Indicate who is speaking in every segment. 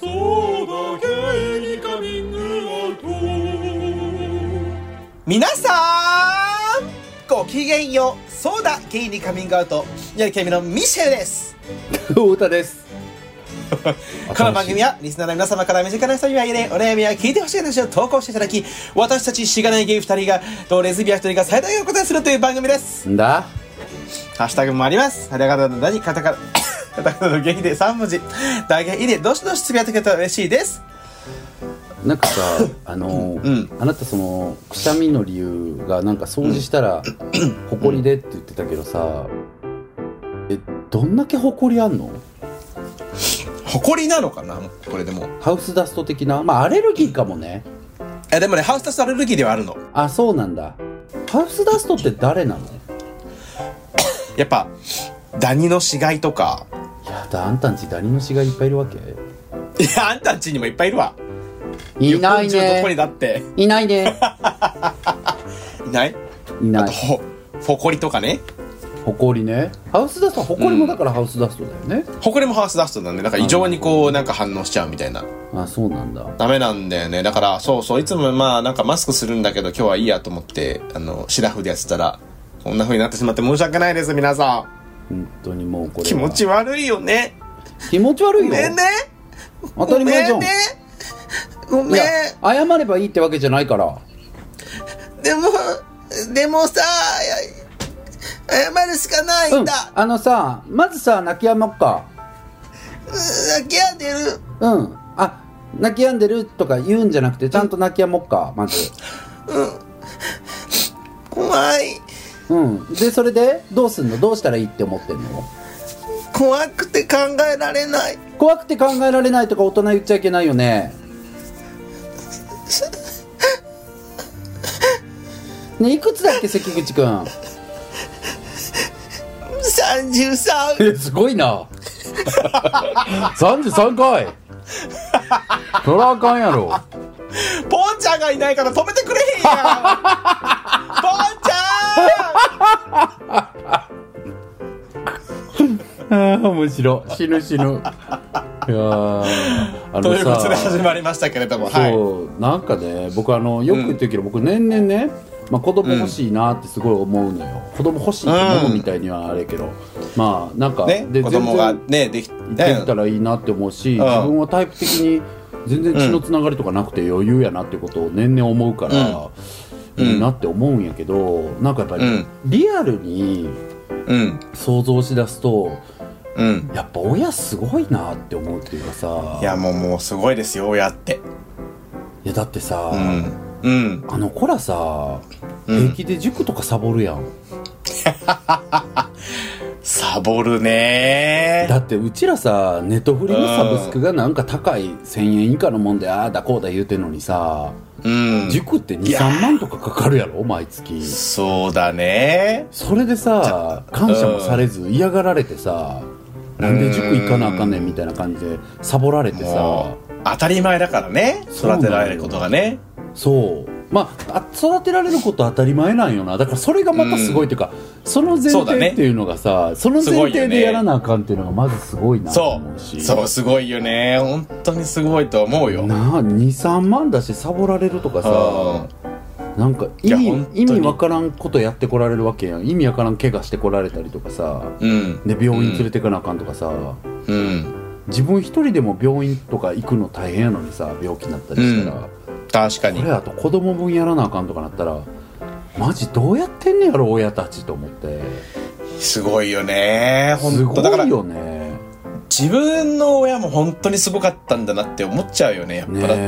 Speaker 1: そうだゲイにカミングアウト
Speaker 2: 皆さんごきげんようそうだゲイにカミングアウトやるけみのミシェルです
Speaker 3: 太田です
Speaker 2: この番組はリスナーの皆様から身近な人には言えないお悩みや聞いてほしい話を投稿していただき私たちしがないゲイ2人がとレズビアン1人が最大のことにするという番組です
Speaker 3: んだ
Speaker 2: ハッシュタグもありますありがとうの何カタカナ カタカナのゲイで3文字大ゲイでどしどしつぶやいてくれたら嬉しいです
Speaker 3: な んかさあの、
Speaker 2: ん
Speaker 3: あなたそのくしゃみの理由がなんか掃除したら「ほこりで」って言ってたけどさえどんだけほこりあんの
Speaker 2: 誇りなのかなこれでも
Speaker 3: ハウスダスト的なまあアレルギーかもね
Speaker 2: えでもねハウスダストアレルギーではあるの
Speaker 3: あそうなんだハウスダストって誰なの
Speaker 2: やっぱダニの死骸とか
Speaker 3: いやだあんたんちダニの死がいっぱいいるわけ
Speaker 2: いやあんたんちにもいっぱいいるわ
Speaker 3: いない
Speaker 2: 日本中のどこに
Speaker 3: ね
Speaker 2: だって
Speaker 3: いな いね
Speaker 2: いないあ
Speaker 3: いな
Speaker 2: と
Speaker 3: い
Speaker 2: ほほこりとかね
Speaker 3: ほこりねハウスダストはほこりもだからハウスダストだよね、
Speaker 2: ほこりもハウスダストなんでなんか異常にこうなんか反応しちゃうみたいな
Speaker 3: あそうなんだ
Speaker 2: ダメなんだよねだからそうそういつもまあなんかマスクするんだけど今日はいいやと思ってあのシラフでやってたらこんな風になってしまって申し訳ないです皆さ
Speaker 3: 本当にもうこ
Speaker 2: ん
Speaker 3: れは
Speaker 2: 気持ち悪いよね
Speaker 3: 気持ち悪い
Speaker 2: ご
Speaker 3: よ
Speaker 2: めんね
Speaker 3: 当たり前じゃん
Speaker 2: ごめんねご
Speaker 3: い
Speaker 2: めん
Speaker 3: や謝ればいいってわけじゃないから
Speaker 2: でもでもさ謝るしかない
Speaker 3: うんあのさまずさ泣きやまっか
Speaker 2: 泣きやんでる
Speaker 3: うんあ泣き止んでるとか言うんじゃなくてちゃんと泣きやもっかまず
Speaker 2: 怖い
Speaker 3: うんでそれでどうすんのどうしたらいいって思ってんの
Speaker 2: 怖くて考えられない
Speaker 3: 怖くて考えられないとか大人言っちゃいけないよねねいくつだっけ関口くん
Speaker 2: 33
Speaker 3: えすごいな33回そらあかんやろ
Speaker 2: ポンちゃんがいないから止めてくれ へんやんポンちゃ
Speaker 3: ああ面白い死ぬ死ぬいやーあ
Speaker 2: んということで始まりましたけれどもはい
Speaker 3: そうなんかね僕あのよく言ってるけど、僕年々ね、まあ、子供欲しいなってすごい思うのよ、子供欲しいって飲むみたいにはあれやけど、まあなんか、
Speaker 2: ね
Speaker 3: で
Speaker 2: 子供がねでき
Speaker 3: 全然できたらいいなって思うし、自分はタイプ的に全然血のつながりとかなくて余裕やなってことを年々思うから、
Speaker 2: うん
Speaker 3: いいなって思うんやけどなんかやっぱり、
Speaker 2: うん
Speaker 3: リアルに
Speaker 2: うん
Speaker 3: 想像しだすと
Speaker 2: うん
Speaker 3: やっぱ親すごいなって思うっていうかさ
Speaker 2: いやもうもうすごいですよ親って
Speaker 3: いやだってさ、
Speaker 2: うんうん
Speaker 3: あの子らさ、
Speaker 2: うん
Speaker 3: 平気で塾とかサボるやん
Speaker 2: サボるね
Speaker 3: だってうちらさネットフリのサブスクがなんか高い1000円以下のもんでああだこうだ言うてんのにさ、
Speaker 2: うん
Speaker 3: 塾って
Speaker 2: いや
Speaker 3: 23万とかかかるやろ毎月
Speaker 2: そうだね
Speaker 3: それでさ感謝もされず嫌がられてさなんで塾行かなあかんねんみたいな感じでサボられてさ
Speaker 2: もう当たり前だからね
Speaker 3: そうな
Speaker 2: 育て
Speaker 3: のよ
Speaker 2: られることがね
Speaker 3: そうまああ育てられることは当たり前なんよなだからそれがまたすごいっていうか、その前
Speaker 2: そうだ
Speaker 3: 提
Speaker 2: ね
Speaker 3: っていうのがさそ,、の前提でやらなあかんっていうのがまずすごいなと
Speaker 2: そ
Speaker 3: 思う
Speaker 2: う
Speaker 3: し
Speaker 2: そうすごいよね本当にすごいと思うよ
Speaker 3: なあ23万だしサボられるとかさなんか意
Speaker 2: いや
Speaker 3: 味
Speaker 2: 本当に
Speaker 3: 意味わからんことやってこられるわけやん意味わからん怪我してこられたりとかさ
Speaker 2: うん
Speaker 3: で病院連れてかなあかんとかさ、
Speaker 2: うん
Speaker 3: 自分一人でも病院とか行くの大変やのにさ病気になったりしたら、
Speaker 2: うん確かに
Speaker 3: これあと子供分やらなあかんとかなったらマジどうやってんねやろ親たちと思って
Speaker 2: すごいよね本
Speaker 3: す
Speaker 2: 当だか
Speaker 3: ご
Speaker 2: ら
Speaker 3: いよね
Speaker 2: 自分の親も本当にすごかったんだなって思っちゃうよねやっぱ
Speaker 3: ねえ
Speaker 2: だっ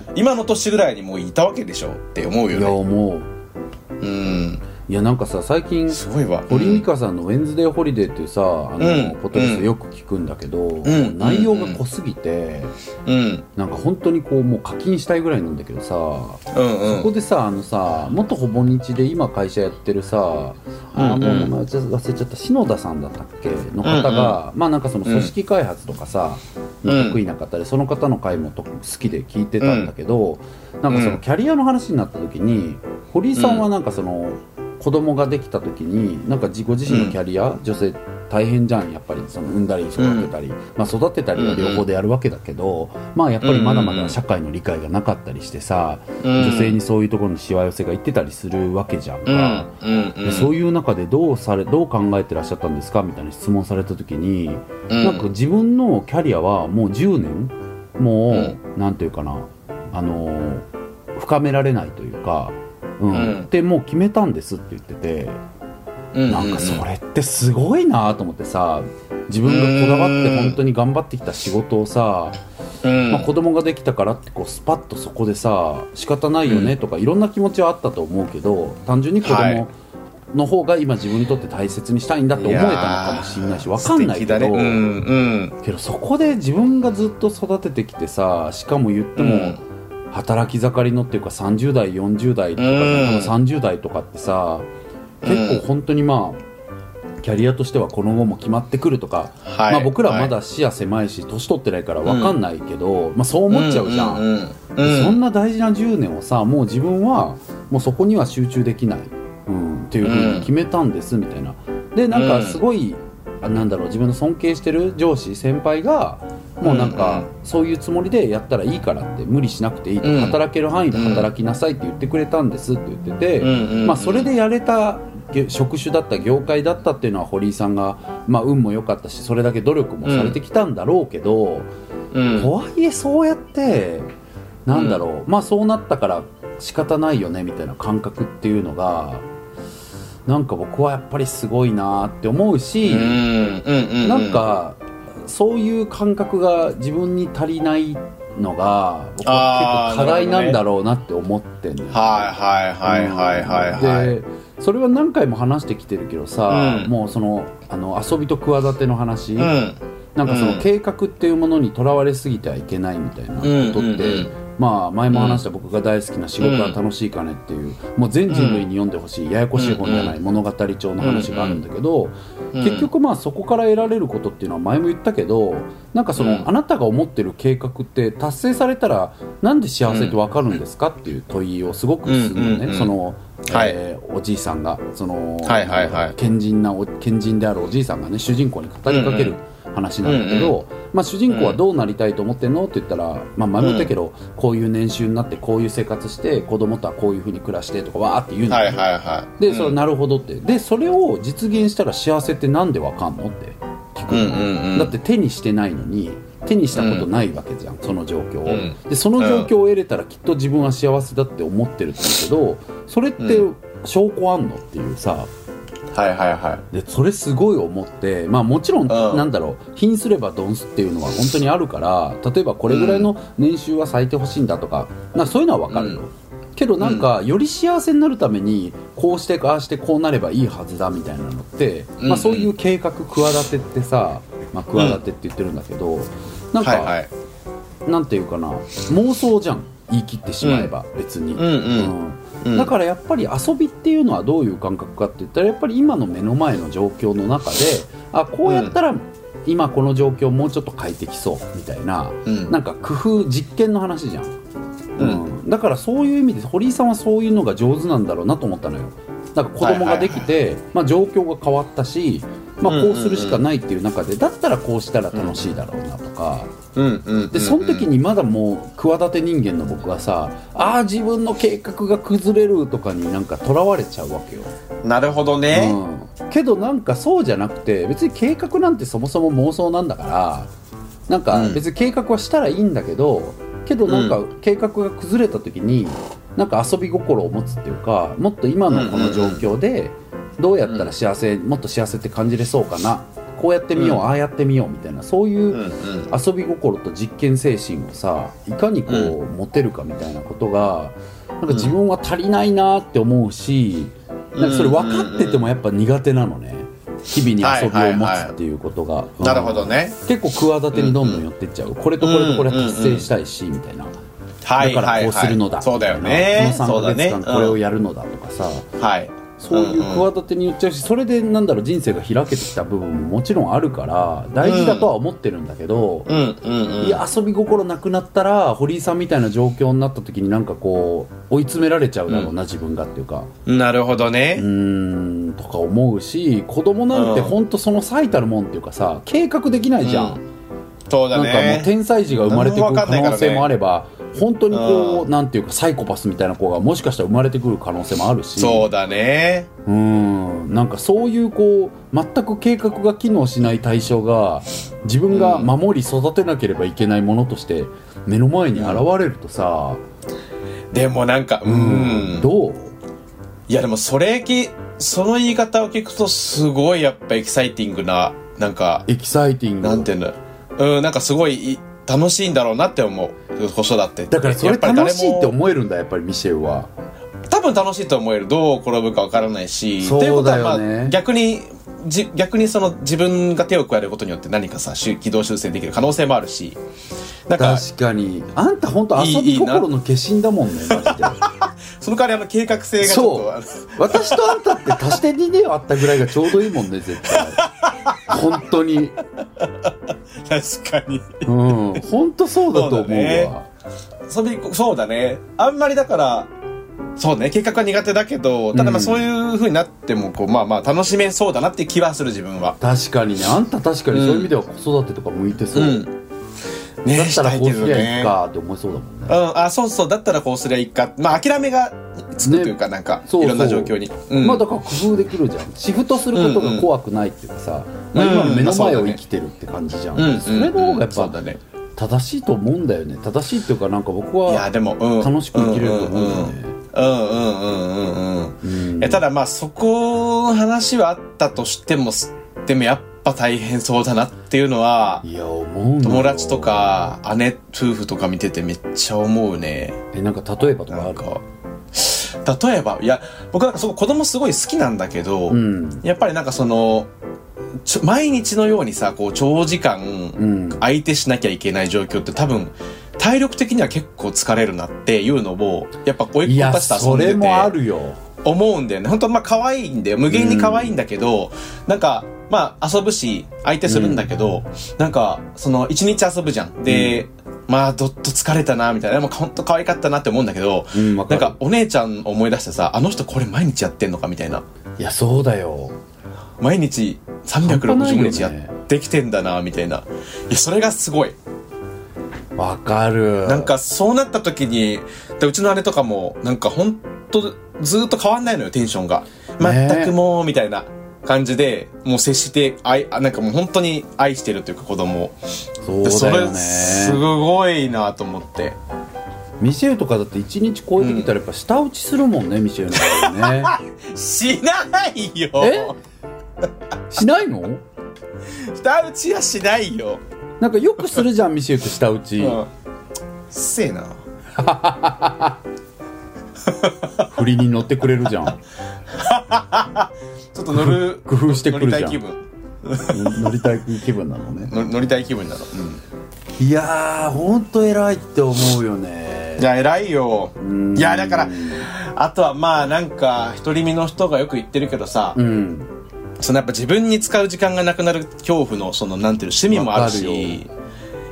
Speaker 2: て今今の年ぐらいにもういたわけでしょって思う
Speaker 3: い
Speaker 2: よ
Speaker 3: や
Speaker 2: ね
Speaker 3: 思う
Speaker 2: うん
Speaker 3: いやなんかさ最近
Speaker 2: すごいわ
Speaker 3: 堀井美香さんの「ウェンズデーホリデー」っていうさあ
Speaker 2: うん
Speaker 3: の、ポッドキャストよく聞くんだけど、
Speaker 2: ん
Speaker 3: 内容が濃すぎて、
Speaker 2: うん
Speaker 3: なんか本当にこうもう課金したいぐらいなんだけどさ、
Speaker 2: うんう
Speaker 3: そ
Speaker 2: ん
Speaker 3: こでさあのさ元ほぼ日で今会社やってるさあ、
Speaker 2: うん
Speaker 3: もう
Speaker 2: うん
Speaker 3: 名前忘れちゃった篠田さんだったっけの方が、まあなんかその組織開発とかさ、
Speaker 2: うん
Speaker 3: の得意な方でその方の回もと好きで聞いてたんだけど、なんかそのキャリアの話になった時に堀井さんはなんかその、子供ができた時になんか自己自身のキャリア、女性大変じゃんやっぱりその産んだり育てたり、まあ、育てたりは両方でやるわけだけど、まあやっぱりまだまだ社会の理解がなかったりしてさ、
Speaker 2: ん
Speaker 3: 女性にそういうところにしわ寄せがいってたりするわけじゃん
Speaker 2: うん
Speaker 3: か。
Speaker 2: うん
Speaker 3: でそういう中でどうされどう考えてらっしゃったんですかみたいな質問された時に、
Speaker 2: うん
Speaker 3: なんか自分のキャリアはもう10年もう、なんていうかなあのー深められないというか、うん
Speaker 2: うん
Speaker 3: でもう決めたんですって言ってて、
Speaker 2: うん
Speaker 3: なんかそれってすごいなと思ってさ自分がこだわって本当に頑張ってきた仕事をさ、
Speaker 2: うん
Speaker 3: まあ、子供ができたからってこうスパッとそこでさ仕方ないよねとかいろんな気持ちはあったと思うけど単純に子
Speaker 2: はい
Speaker 3: 供の方が今自分にとって大切にしたいんだって思えたのかもしれないしわかんないけど、
Speaker 2: 素敵だねうんうん
Speaker 3: けどそこで自分がずっと育ててきてさしかも言っても、
Speaker 2: うん
Speaker 3: 働き盛りのっていうか30代40代とか、
Speaker 2: うん
Speaker 3: 多分30代とかってさ結構本当にまあキャリアとしてはこの後も決まってくるとか、
Speaker 2: はい
Speaker 3: まあ、僕らまだ視野狭いし年取ってないから分かんないけど、まあ、そう思っちゃうじゃん。
Speaker 2: うんうんうん
Speaker 3: そんな大事な10年をさもう自分はもうそこには集中できない、うん、っていうふうに決めたんですみたいな。でなん
Speaker 2: うん
Speaker 3: かすごい、あなんだろう自分の尊敬してる上司先輩がもうな
Speaker 2: う
Speaker 3: ん
Speaker 2: ん
Speaker 3: か
Speaker 2: う
Speaker 3: そういうつもりでやったらいいからって無理しなくていいと、
Speaker 2: うん
Speaker 3: 働ける範囲で働きなさいって言ってくれたんですって言ってて、
Speaker 2: うんうんうん
Speaker 3: まあ、それでやれた業職種だった業界だったっていうのは堀井さんが、まあ、運も良かったしそれだけ努力もされてきたんだろうけど。
Speaker 2: うん
Speaker 3: とはいえそうやってなんだろう、まあそうなったから仕方ないよねみたいな感覚っていうのがなんか僕はやっぱりすごいなって思うし、
Speaker 2: うんうんうん
Speaker 3: なんかそういう感覚が自分に足りないのが僕は
Speaker 2: あー
Speaker 3: 結構課題なんだろうなって思ってんだよね
Speaker 2: はいはいはいはいはいはい
Speaker 3: でそれは何回も話してきてるけどさ、
Speaker 2: うん
Speaker 3: もうそのあの遊びと企ての話、
Speaker 2: うん
Speaker 3: なんかそ
Speaker 2: うん
Speaker 3: の計画っていうものにとらわれすぎてはいけないみたいなこと
Speaker 2: うんうん
Speaker 3: っ
Speaker 2: う
Speaker 3: て
Speaker 2: ん
Speaker 3: まあ前も話した僕が大好きな「仕事は楽しいかね」っていうもう全人類に読んでほしいややこしい本じゃない物語帳の話があるんだけど
Speaker 2: うん
Speaker 3: 結局まあそこから得られることっていうのは前も言ったけどなんかそ
Speaker 2: うん
Speaker 3: のあなたが思ってる計画って達成されたらなんで幸せってわかるんですかっていう問いをすごくするの
Speaker 2: うんうんう
Speaker 3: ね
Speaker 2: ん
Speaker 3: その
Speaker 2: はい
Speaker 3: えーおじいさんがその
Speaker 2: はいはいはい
Speaker 3: 賢人なお賢人であるおじいさんがね主人公に語りかける話なんだけど、まあ、主人公はどうなりたいと思ってんのって言ったら、まあ、前も言ったけど、こういう年収になってこういう生活して子供とはこういうふうに暮らしてとかわーって言うんだ
Speaker 2: は
Speaker 3: よ
Speaker 2: いはいはい
Speaker 3: でそれなるほどってでそれを実現したら幸せってなんでわかんのって聞くの、
Speaker 2: うんうんうん
Speaker 3: だって手にしてないのに手にしたことないわけじゃん、その状況を、
Speaker 2: うん
Speaker 3: でその状況を得れたらきっと自分は幸せだって思ってるんだけどそれって証拠あんのっていうさ
Speaker 2: はいはいはい
Speaker 3: でそれすごい思って、まあ、もちろん、なんだろう貧すればドンスっていうのは本当にあるから例えばこれぐらいの年収は咲いてほしいんだとかなんかそういうのは分かるよ、
Speaker 2: う
Speaker 3: けどなんか、より幸せになるためにこうしてああしてこうなればいいはずだみたいなのって、
Speaker 2: うんう
Speaker 3: ま
Speaker 2: ん
Speaker 3: あ、そういう計画企てってさ、まあ、企てって言ってるんだけど、なんか、
Speaker 2: はいはい
Speaker 3: なんていうかな妄想じゃん言い切ってしまえば、別に、
Speaker 2: んうんうん
Speaker 3: だからやっぱり遊びっていうのはどういう感覚かって言ったらやっぱり今の目の前の状況の中であこうやったら今この状況をもうちょっと変えてきそうみたいな、
Speaker 2: うん
Speaker 3: なんか工夫実験の話じゃん、うんだからそういう意味で堀井さんはそういうのが上手なんだろうなと思ったのよなんか子供ができて、まあ、状況が変わったし、まあ、こうするしかないっていう中で、だったらこうしたら楽しいだろうなとか。
Speaker 2: うんうんうん
Speaker 3: でその時にまだもう企て人間の僕はさああ自分の計画が崩れるとかになんかとらわれちゃうわけよ、
Speaker 2: なるほどね
Speaker 3: うん、けどなんかそうじゃなくて別に計画なんてそもそも妄想なんだからなんか
Speaker 2: うん
Speaker 3: 別に計画はしたらいいんだけど、けどなんか計画が崩れた時になんか遊び心を持つっていうかもっと今のこの状況でどうやったら幸せもっと幸せって感じれそうかなこうやってみよう、
Speaker 2: うん
Speaker 3: ああやってみようみたいなそういう、
Speaker 2: うんうん
Speaker 3: 遊び心と実験精神をさいかにこう、持てるかみたいなことがなんか自分は足りないなって思うし、なんかそれ分かっててもやっぱ苦手なのね日々に遊びを持つっていうことが、うん
Speaker 2: なるほどね
Speaker 3: 結構企てにどんどん寄ってっちゃう、これとこれとこれは達成したいし、みたいな。
Speaker 2: はい
Speaker 3: だか
Speaker 2: は
Speaker 3: ら
Speaker 2: い
Speaker 3: こうするのだ、
Speaker 2: はいそうだよ
Speaker 3: みたい
Speaker 2: ね
Speaker 3: なこの
Speaker 2: そうだ
Speaker 3: 3ヶ
Speaker 2: ね
Speaker 3: 月間これをやるのだとかさ、
Speaker 2: はい
Speaker 3: そういう企てによっちゃうしそれでなんだろう人生が開けてきた部分ももちろんあるから大事だとは思ってるんだけど、
Speaker 2: うんうんうん
Speaker 3: いや遊び心なくなったら堀井さんみたいな状況になった時になんかこう追い詰められちゃうだろうな、自分がっていうか
Speaker 2: なるほど
Speaker 3: う
Speaker 2: ね、
Speaker 3: ーんとか思うし子供なんて本当その最たるもんっていうかさ計画できないじゃん、
Speaker 2: そうだ
Speaker 3: なんかもう
Speaker 2: ね
Speaker 3: 天才児が生まれてくる可能性もあれば、本当にこう、
Speaker 2: う
Speaker 3: なんていうかサイコパスみたいな子がもしかしたら生まれてくる可能性もあるし
Speaker 2: そうだね
Speaker 3: うーんなんかそういうこう全く計画が機能しない対象が自分が守り育てなければいけないものとして目の前に現れるとさ、
Speaker 2: でもなんかうん、
Speaker 3: どう
Speaker 2: いやでもそれきその言い方を聞くとすごいやっぱエキサイティングななんか
Speaker 3: エキサイティング
Speaker 2: なんていうのうんなんかすごいい楽しいんだろうなって思う子育てって
Speaker 3: だからそ
Speaker 2: や
Speaker 3: れ
Speaker 2: っぱり誰
Speaker 3: 楽
Speaker 2: も
Speaker 3: しいって思えるんだやっぱりミシェルは
Speaker 2: 多分楽しいと思えるどう転ぶかわからないし
Speaker 3: そうだよね
Speaker 2: ということはまあ逆にじ逆にその自分が手を加えることによって何かさしゅ軌道修正できる可能性もあるしなんか
Speaker 3: 確かにあんた本当遊
Speaker 2: いいい
Speaker 3: び
Speaker 2: いな
Speaker 3: 心の化身だもんねマジで
Speaker 2: その代わりあの計画性がちょっとあの
Speaker 3: 私とあんたって足して2年あったぐらいがちょうどいいもんね絶対本当に
Speaker 2: 確かに
Speaker 3: うん本当そうだと思うわ
Speaker 2: そうだね遊びそうだねあんまりだからそうね計画は苦手だけどただま
Speaker 3: う
Speaker 2: あ
Speaker 3: ん
Speaker 2: そういうふうになってもこう、まあまあ楽しめそうだなっていう気はする自分は
Speaker 3: 確かにねあんた確かにそういう意味では子育てとか向いてそう、
Speaker 2: ね
Speaker 3: だった
Speaker 2: し
Speaker 3: ら
Speaker 2: い
Speaker 3: こう
Speaker 2: け
Speaker 3: す
Speaker 2: ど
Speaker 3: りゃい
Speaker 2: ね
Speaker 3: いかって思いそうだもんね
Speaker 2: うん、あそうそうだったらこうすりゃいいかまあ諦めがつくというか、なんか
Speaker 3: そうそう
Speaker 2: いろんな状況に、うん
Speaker 3: まあだから工夫できるじゃんシフトすることが怖くないっていうかさ、まあ、今の目の前を生きてるって感じじゃん、
Speaker 2: うんうん
Speaker 3: それの方がやっ
Speaker 2: そ
Speaker 3: ぱ
Speaker 2: うだね
Speaker 3: 正しいと思うんだよね正しいっていうかなんか僕
Speaker 2: いや
Speaker 3: は
Speaker 2: でも、うん、
Speaker 3: 楽しく生きれると思うんだよね
Speaker 2: うんうんうんうんうんうん
Speaker 3: う
Speaker 2: うんんえただまあそこの話はあったとしてもでもやっぱ大変そうだなっていうのはい
Speaker 3: や思うんだよ
Speaker 2: 友達とか姉夫婦とか見ててめっちゃ思うね
Speaker 3: えなんか例えばとか
Speaker 2: な
Speaker 3: あ
Speaker 2: ん
Speaker 3: る
Speaker 2: か例えばいや僕なんかそこ子供すごい好きなんだけど、
Speaker 3: うん
Speaker 2: やっぱりなんかそのちょ毎日のようにさこう長時間
Speaker 3: うん
Speaker 2: 相手しなきゃいけない状況って多分体力的には結構疲れるなっていうのをやっぱ甥
Speaker 3: い
Speaker 2: っ
Speaker 3: や
Speaker 2: 子たちと遊
Speaker 3: そ
Speaker 2: んで
Speaker 3: れ
Speaker 2: て
Speaker 3: もあるよ
Speaker 2: 思うんだよね本当まあ可愛いんだよ無限に可愛いんだけど、なんかまあ遊ぶし相手するんだけど、なんかその一日遊ぶじゃんで、まあどっと疲れたなみたいなでもう本当可愛かったなって思うんだけど、
Speaker 3: うんわか
Speaker 2: な
Speaker 3: る
Speaker 2: んかお姉ちゃんを思い出してさあの人これ毎日やってんのかみたいない
Speaker 3: やそうだよ
Speaker 2: 毎日
Speaker 3: 半端ない
Speaker 2: 365
Speaker 3: よね
Speaker 2: 日やってきてんだなみたいな、いやそれがすごい
Speaker 3: わかる
Speaker 2: なんかそうなった時にでうちの姉とかもなんかほんとずーっと変わんないのよテンションが
Speaker 3: ね
Speaker 2: 全くもうみたいな感じでもう接して愛あなんかもう本当に愛してるというか子供を
Speaker 3: そう
Speaker 2: でそ
Speaker 3: だよ
Speaker 2: れ
Speaker 3: ね
Speaker 2: すごいなと思って
Speaker 3: ミシェルとかだって1日超えてきたらやっぱ舌打ちするもんね、ミシェルの場合ね
Speaker 2: しないよ
Speaker 3: しないの
Speaker 2: 下打ちはしないよ、
Speaker 3: なんかよくするじゃんミシェルって舌打ち、
Speaker 2: うん、うっせえな
Speaker 3: 振りに乗ってくれるじゃん
Speaker 2: ちょっと乗る
Speaker 3: 工夫してくるじゃ
Speaker 2: 乗
Speaker 3: ん
Speaker 2: りたい気分
Speaker 3: うん乗りたい気分なの ね
Speaker 2: 乗乗りたい気分なの、うん
Speaker 3: いやーほんと偉いって思うよね
Speaker 2: いや偉いよ
Speaker 3: ん
Speaker 2: いやだからあとはまあなんか独り身の人がよく言ってるけどさ、
Speaker 3: うん
Speaker 2: そのやっぱ自分に使う時間がなくなる恐怖のそのなんていうの趣味もあるし
Speaker 3: わかる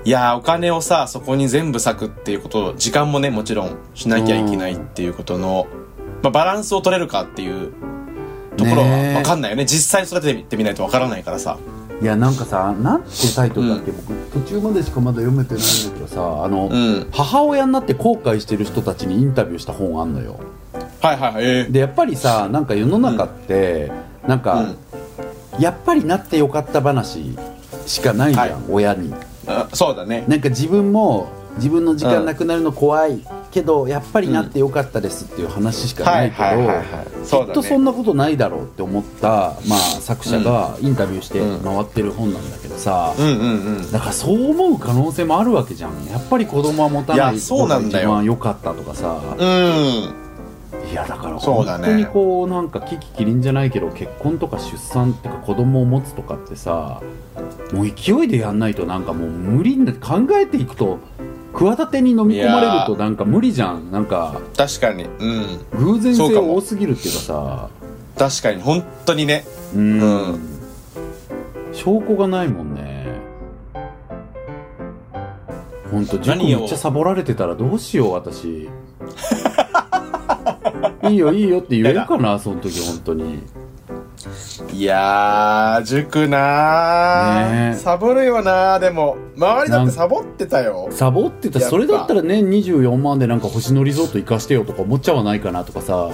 Speaker 2: いやーお金をさそこに全部割くっていうこと時間もねもちろんしなきゃいけないっていうことの、まあ、バランスを取れるかっていうところは
Speaker 3: ねえ
Speaker 2: 分かんないよね実際育ててみないと分からないからさ
Speaker 3: いやなんかさなんてタイトルだっけ、僕途中までしかまだ読めてないんだけどさあの、
Speaker 2: うん
Speaker 3: 母親になって後悔してる人たちにインタビューした本あんのよ
Speaker 2: はいはいはいえー
Speaker 3: でやっぱりさなんか世の中って、なんか、やっぱりなってよかった話しかないじゃん、
Speaker 2: はい
Speaker 3: 親に
Speaker 2: あそうだね
Speaker 3: なんか自分も自分の時間なくなるの怖いけどやっぱりなってよかったですっていう話しか
Speaker 2: は
Speaker 3: ないいけ
Speaker 2: はいはいはい
Speaker 3: ど
Speaker 2: そう
Speaker 3: きっ
Speaker 2: だ
Speaker 3: とそ
Speaker 2: ね
Speaker 3: んなことないだろうって思った、まあ、作者がインタビューして
Speaker 2: うん
Speaker 3: 回ってる本なんだけどさ、
Speaker 2: うんうんうん
Speaker 3: だからそう思う可能性もあるわけじゃんやっぱり子供は持たな
Speaker 2: い
Speaker 3: い
Speaker 2: やそ
Speaker 3: 方
Speaker 2: うな
Speaker 3: が
Speaker 2: ん
Speaker 3: 一
Speaker 2: だよ
Speaker 3: 番良かったとかさ
Speaker 2: うん
Speaker 3: いやだから
Speaker 2: そ
Speaker 3: 本
Speaker 2: うだね
Speaker 3: 当にこうなんか危機キリンじゃないけど結婚とか出産とか子供を持つとかってさもう勢いでやんないとなんかもう無理にな考えていくと企てに飲み込まれる
Speaker 2: いや
Speaker 3: となんか無理じゃんなんか
Speaker 2: 確かにうん
Speaker 3: 偶然
Speaker 2: そう
Speaker 3: 性
Speaker 2: かも
Speaker 3: 多すぎるっていうかさ
Speaker 2: 確かに本当にね
Speaker 3: うん、
Speaker 2: うん
Speaker 3: 証拠がないもんねほんと塾
Speaker 2: 何を
Speaker 3: めっちゃサボられてたらどうしよう 私いいよいいよって言えるかなその時本当に
Speaker 2: いやー塾なー、
Speaker 3: ねえ
Speaker 2: サボるよなーでも周りだってサボってたよ
Speaker 3: サボってた
Speaker 2: やっぱ
Speaker 3: それだったら年24万でなんか星野リゾート行かしてよとか思っちゃわないかなとかさ、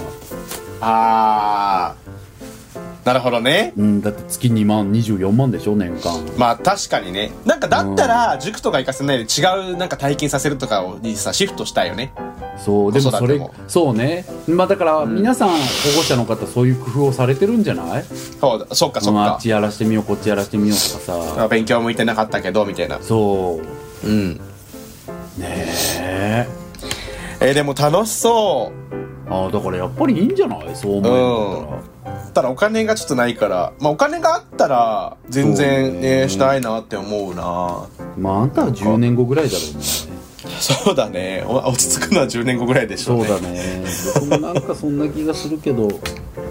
Speaker 2: あーなるほどね
Speaker 3: うん、だって月2万24万でしょ年間
Speaker 2: まあ確かにねなんかだったら塾とか行かせないで違うなんか体験させるとかにさシフトしたいよね
Speaker 3: そうでも
Speaker 2: 子
Speaker 3: そ
Speaker 2: 育て
Speaker 3: れ
Speaker 2: も
Speaker 3: そうねまあだから皆さん保護者の方そういう工夫をされてるんじゃない
Speaker 2: そうだそっかそっ
Speaker 3: まああ
Speaker 2: か
Speaker 3: っちやらしてみようこっちやらしてみようとかさ
Speaker 2: あ勉強向いてなかったけどみたいな
Speaker 3: そう
Speaker 2: うん
Speaker 3: ねえ
Speaker 2: えーでも楽しそう
Speaker 3: ああだからやっぱりいいんじゃないそう思うんだったら
Speaker 2: ただお金がちょっとないからまあお金があったら全
Speaker 3: そう
Speaker 2: 然、
Speaker 3: ね
Speaker 2: えーしたいなって思うな
Speaker 3: まああんたは10年後ぐらいだろうね
Speaker 2: そうだねお落ち着くのは10年後ぐらいでしょう
Speaker 3: そ
Speaker 2: ね
Speaker 3: うだね僕もなんかそんな気がするけど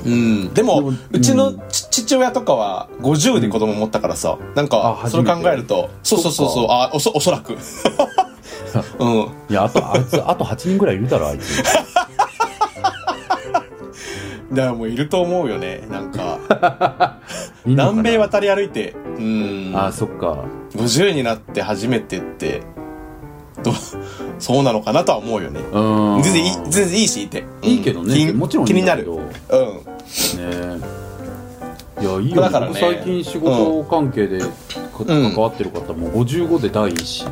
Speaker 2: うん、で
Speaker 3: で
Speaker 2: も
Speaker 3: も
Speaker 2: うちのち父親とかは50で子供持ったからさ、なん
Speaker 3: あ
Speaker 2: か
Speaker 3: 初
Speaker 2: そ
Speaker 3: め
Speaker 2: れ
Speaker 3: て
Speaker 2: 考えるとそうそうそうそうあおそおそら くうん
Speaker 3: いやあとあいつあと8人ぐらいいるだろあいつ
Speaker 2: だからもういると思うよねなんか
Speaker 3: いいのかな
Speaker 2: 南米渡り歩いてうん
Speaker 3: ああそっか
Speaker 2: 50になって初めてってどう そうなのかなとは思うよね
Speaker 3: うん
Speaker 2: 全然いい全然いいしいて、うん
Speaker 3: いいけどね
Speaker 2: 気
Speaker 3: もちろんい
Speaker 2: 気
Speaker 3: い
Speaker 2: に
Speaker 3: ん
Speaker 2: な
Speaker 3: だけ
Speaker 2: るう
Speaker 3: ど
Speaker 2: ん
Speaker 3: ねいやいいよ
Speaker 2: だからね
Speaker 3: 僕最近仕事関係でか
Speaker 2: ん
Speaker 3: 関わってる方も55で第一子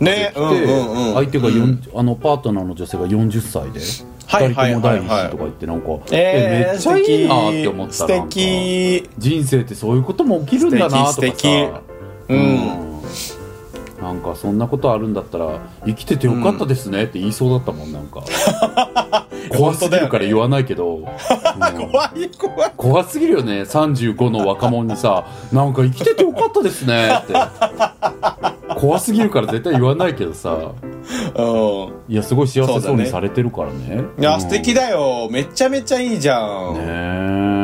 Speaker 2: ねうん
Speaker 3: で
Speaker 2: うんうん
Speaker 3: 相手が
Speaker 2: う
Speaker 3: よ
Speaker 2: ん
Speaker 3: んあのパートナーの女性が40歳で
Speaker 2: はい
Speaker 3: 2
Speaker 2: はい
Speaker 3: 人と
Speaker 2: は
Speaker 3: も第
Speaker 2: い
Speaker 3: 一
Speaker 2: はい
Speaker 3: 子とか言ってなんか
Speaker 2: えー
Speaker 3: めっちゃいい
Speaker 2: 素
Speaker 3: なーっ
Speaker 2: 敵
Speaker 3: て思った
Speaker 2: 素
Speaker 3: らなんか
Speaker 2: 敵
Speaker 3: 人生ってそういうことも起きるんだなー
Speaker 2: 素
Speaker 3: とか
Speaker 2: 敵
Speaker 3: さ
Speaker 2: う
Speaker 3: うんんなんかそんなことあるんだったら生きててよかったですねって言いそうだったもんなん か怖すぎるから言わないけど、うん
Speaker 2: 怖い怖い
Speaker 3: 怖すぎるよね35の若者にさ「なんか生きててよかったですね」って怖すぎるから絶対言わないけどさ
Speaker 2: う
Speaker 3: いやすごい幸せ
Speaker 2: そ
Speaker 3: そうう
Speaker 2: だ
Speaker 3: に
Speaker 2: ね
Speaker 3: されてるからね
Speaker 2: んいや素敵だよめちゃめちゃいいじゃん、
Speaker 3: ねえ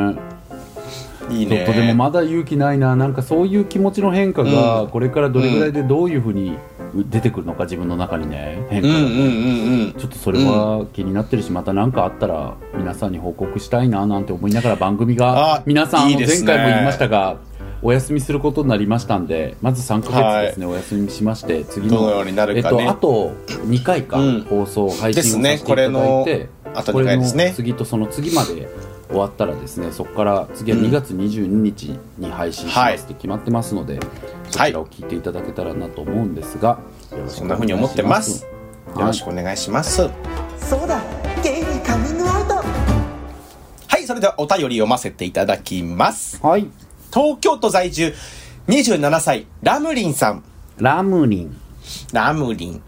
Speaker 2: いい
Speaker 3: ちょ
Speaker 2: ね
Speaker 3: っとでもまだ勇気ないななんかそういう気持ちの変化
Speaker 2: う
Speaker 3: が
Speaker 2: ん
Speaker 3: これからどれぐらいでどういうふうに出てくるのか自分の中にね変
Speaker 2: う
Speaker 3: 化
Speaker 2: ん
Speaker 3: が
Speaker 2: うんうんうん
Speaker 3: ちょっとそれは気になってるし、また何かあったら皆さんに報告したいななんて思いながら番組
Speaker 2: あ
Speaker 3: が皆さんあの
Speaker 2: いいですね
Speaker 3: 前回も言いましたがお休みすることになりましたんでまず3ヶ月ですね、お休みしまして次
Speaker 2: どの
Speaker 3: の
Speaker 2: ようにな
Speaker 3: え
Speaker 2: る
Speaker 3: っ
Speaker 2: か
Speaker 3: と、
Speaker 2: ね
Speaker 3: あと2回か、
Speaker 2: うん
Speaker 3: 放送配信をさ
Speaker 2: で
Speaker 3: せていた
Speaker 2: すね
Speaker 3: だい
Speaker 2: これ
Speaker 3: て
Speaker 2: あと2回です
Speaker 3: これ
Speaker 2: ね
Speaker 3: の次とその次まで終わったらですねそこから次は
Speaker 2: うん
Speaker 3: 2月22日に配信しますって決まってますので、そちらを聞いていただけたらなと思うんですが、よろし
Speaker 2: そ
Speaker 3: くお
Speaker 2: んないふう
Speaker 3: 願します
Speaker 2: に思ってます
Speaker 3: はい
Speaker 2: よろしくお願いしますは
Speaker 4: そうだゲイにカミングアウト
Speaker 2: いそれではお便り読ませていただきます
Speaker 3: はい
Speaker 2: 東京都在住27歳ラムリンさん
Speaker 3: ラムリン
Speaker 2: ラムリン。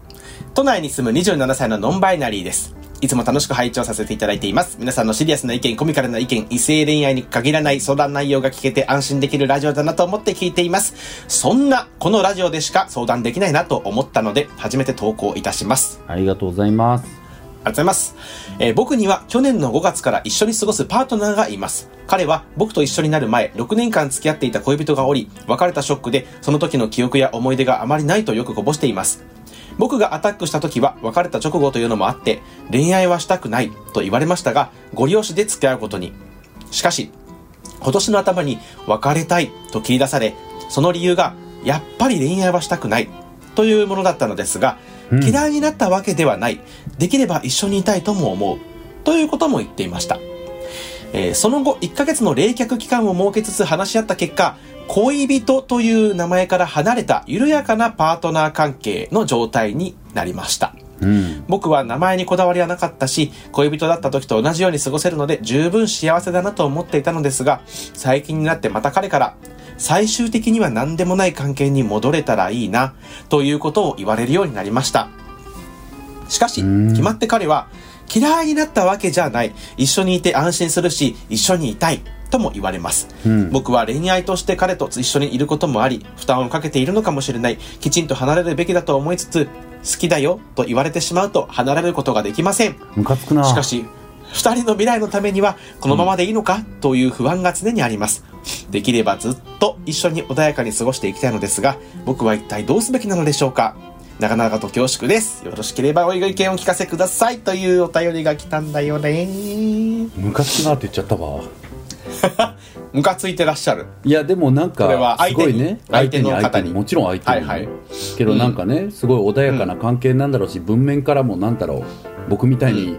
Speaker 2: 都内に住む27歳のノンバイナリーです。いつも楽しく拝聴させていただいています。皆さんのシリアスな意見、コミカルな意見、異性恋愛に限らない相談内容が聞けて安心できるラジオだなと思って聞いています。そんな、このラジオでしか相談できないなと思ったので、初めて投稿いたします。
Speaker 3: ありがとうございます
Speaker 2: ありがとうございます、えー僕には去年の5月から一緒に過ごすパートナーがいます彼は僕と一緒になる前6年間付き合っていた恋人がおり別れたショックでその時の記憶や思い出があまりないとよくこぼしています僕がアタックした時は別れた直後というのもあって恋愛はしたくないと言われましたがご利用しで付き合うことにしかし今年の頭に別れたいと切り出され、その理由がやっぱり恋愛はしたくないというものだったのですが、嫌いになったわけではない。できれば一緒にいたいとも思う。ということも言っていました。えーその後、1ヶ月の冷却期間を設けつつ話し合った結果、恋人という名前から離れた緩やかなパートナー関係の状態になりました。
Speaker 3: うん
Speaker 2: 僕は名前にこだわりはなかったし、恋人だった時と同じように過ごせるので十分幸せだなと思っていたのですが、最近になってまた彼から、最終的には何でもない関係に戻れたらいいな、ということを言われるようになりました。しかし、
Speaker 3: うん
Speaker 2: 決まって彼は、嫌いになったわけじゃない。一緒にいて安心するし、一緒にいたい。とも言われます。
Speaker 3: うん
Speaker 2: 僕は恋愛として彼と一緒にいることもあり、負担をかけているのかもしれない。きちんと離れるべきだと思いつつ、好きだよと言われてしまうと離れることができません。
Speaker 3: ムカつくな
Speaker 2: しかし、二人の未来のためにはこのままでいいのかという不安が常にあります。できればずっと一緒に穏やかに過ごしていきたいのですが、僕は一体どうすべきなのでしょうかなかなかと恐縮です。よろしければお意見を聞かせくださいというお便りが来たんだよね。
Speaker 3: ムカつくなって言っちゃったわ
Speaker 2: ムカついてらっしゃる。
Speaker 3: いやでもなん
Speaker 2: これは
Speaker 3: かす
Speaker 2: 相手
Speaker 3: ご
Speaker 2: に
Speaker 3: いね
Speaker 2: 相手の方に
Speaker 3: もちろん相手に、
Speaker 2: はいはい
Speaker 3: けどなんかね、すごい穏やかな関係なんだろうし、文面からもなんだろう僕みたいに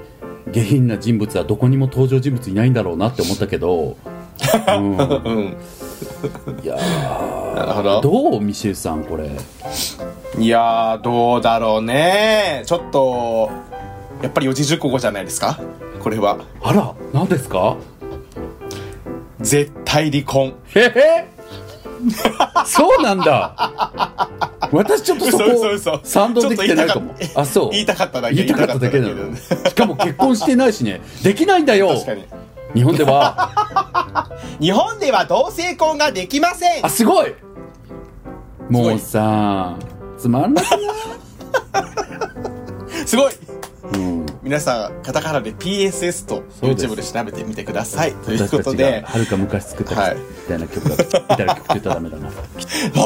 Speaker 3: 下品な人物はどこにも登場人物いないんだろうなって思った けど、う
Speaker 2: うん。
Speaker 3: ん、いやー
Speaker 2: なるほど。
Speaker 3: どうミシェルさんこれ
Speaker 2: いやー、どうだろうね。ちょっと、やっぱり四字熟語じゃないですかこれは。
Speaker 3: あら何ですか
Speaker 2: 絶対離婚。
Speaker 3: へへそうなんだ私ちょっとそ
Speaker 2: 嘘嘘
Speaker 3: こ
Speaker 2: 嘘
Speaker 3: 賛同できてないかも
Speaker 2: ちょっと言いたかった
Speaker 3: あ
Speaker 2: 言いたかっただ
Speaker 3: そう
Speaker 2: け
Speaker 3: 言いたかっただけな
Speaker 2: 言い
Speaker 3: の
Speaker 2: たか
Speaker 3: しかも結婚してないしねできないんだよ
Speaker 2: 確かに。
Speaker 3: 日本では
Speaker 2: 日本では同性婚ができません
Speaker 3: あすごいもうさつまんなく ない、
Speaker 2: すごい
Speaker 3: うん、
Speaker 2: 皆さんカタカナで PSS と
Speaker 3: そうです
Speaker 2: YouTube で調べてみてくださいという
Speaker 3: 私
Speaker 2: こ
Speaker 3: た
Speaker 2: と
Speaker 3: ち
Speaker 2: で
Speaker 3: がはるか昔作ったみたいな曲だ、みたいな曲って言ったらダメだな
Speaker 2: そ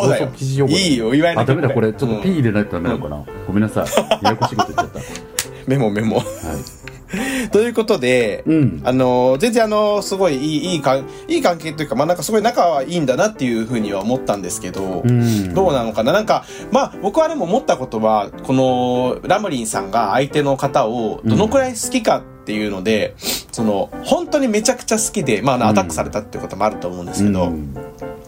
Speaker 2: うだよ
Speaker 3: 放送禁止用語だ
Speaker 2: いいよ言わない
Speaker 3: あダメだこれちょっと P
Speaker 2: うん
Speaker 3: 入れないとダメなのかな、ごめんなさいややこしいこと言っちゃっ
Speaker 2: メモメモ
Speaker 3: たはい
Speaker 2: ということで、
Speaker 3: うん
Speaker 2: あの全然あのすごいいいいいかんいい関係というかまあなんかすごい仲はいいんだなっていうふうには思ったんですけど、
Speaker 3: ん
Speaker 2: どうなのかななんかまあ僕はでも思ったことはこのラムリンさんが相手の方をどのくらい好きかっていうので、その本当にめちゃくちゃ好きでまああのアタックされたっていうこともあると思うんですけど、
Speaker 3: うん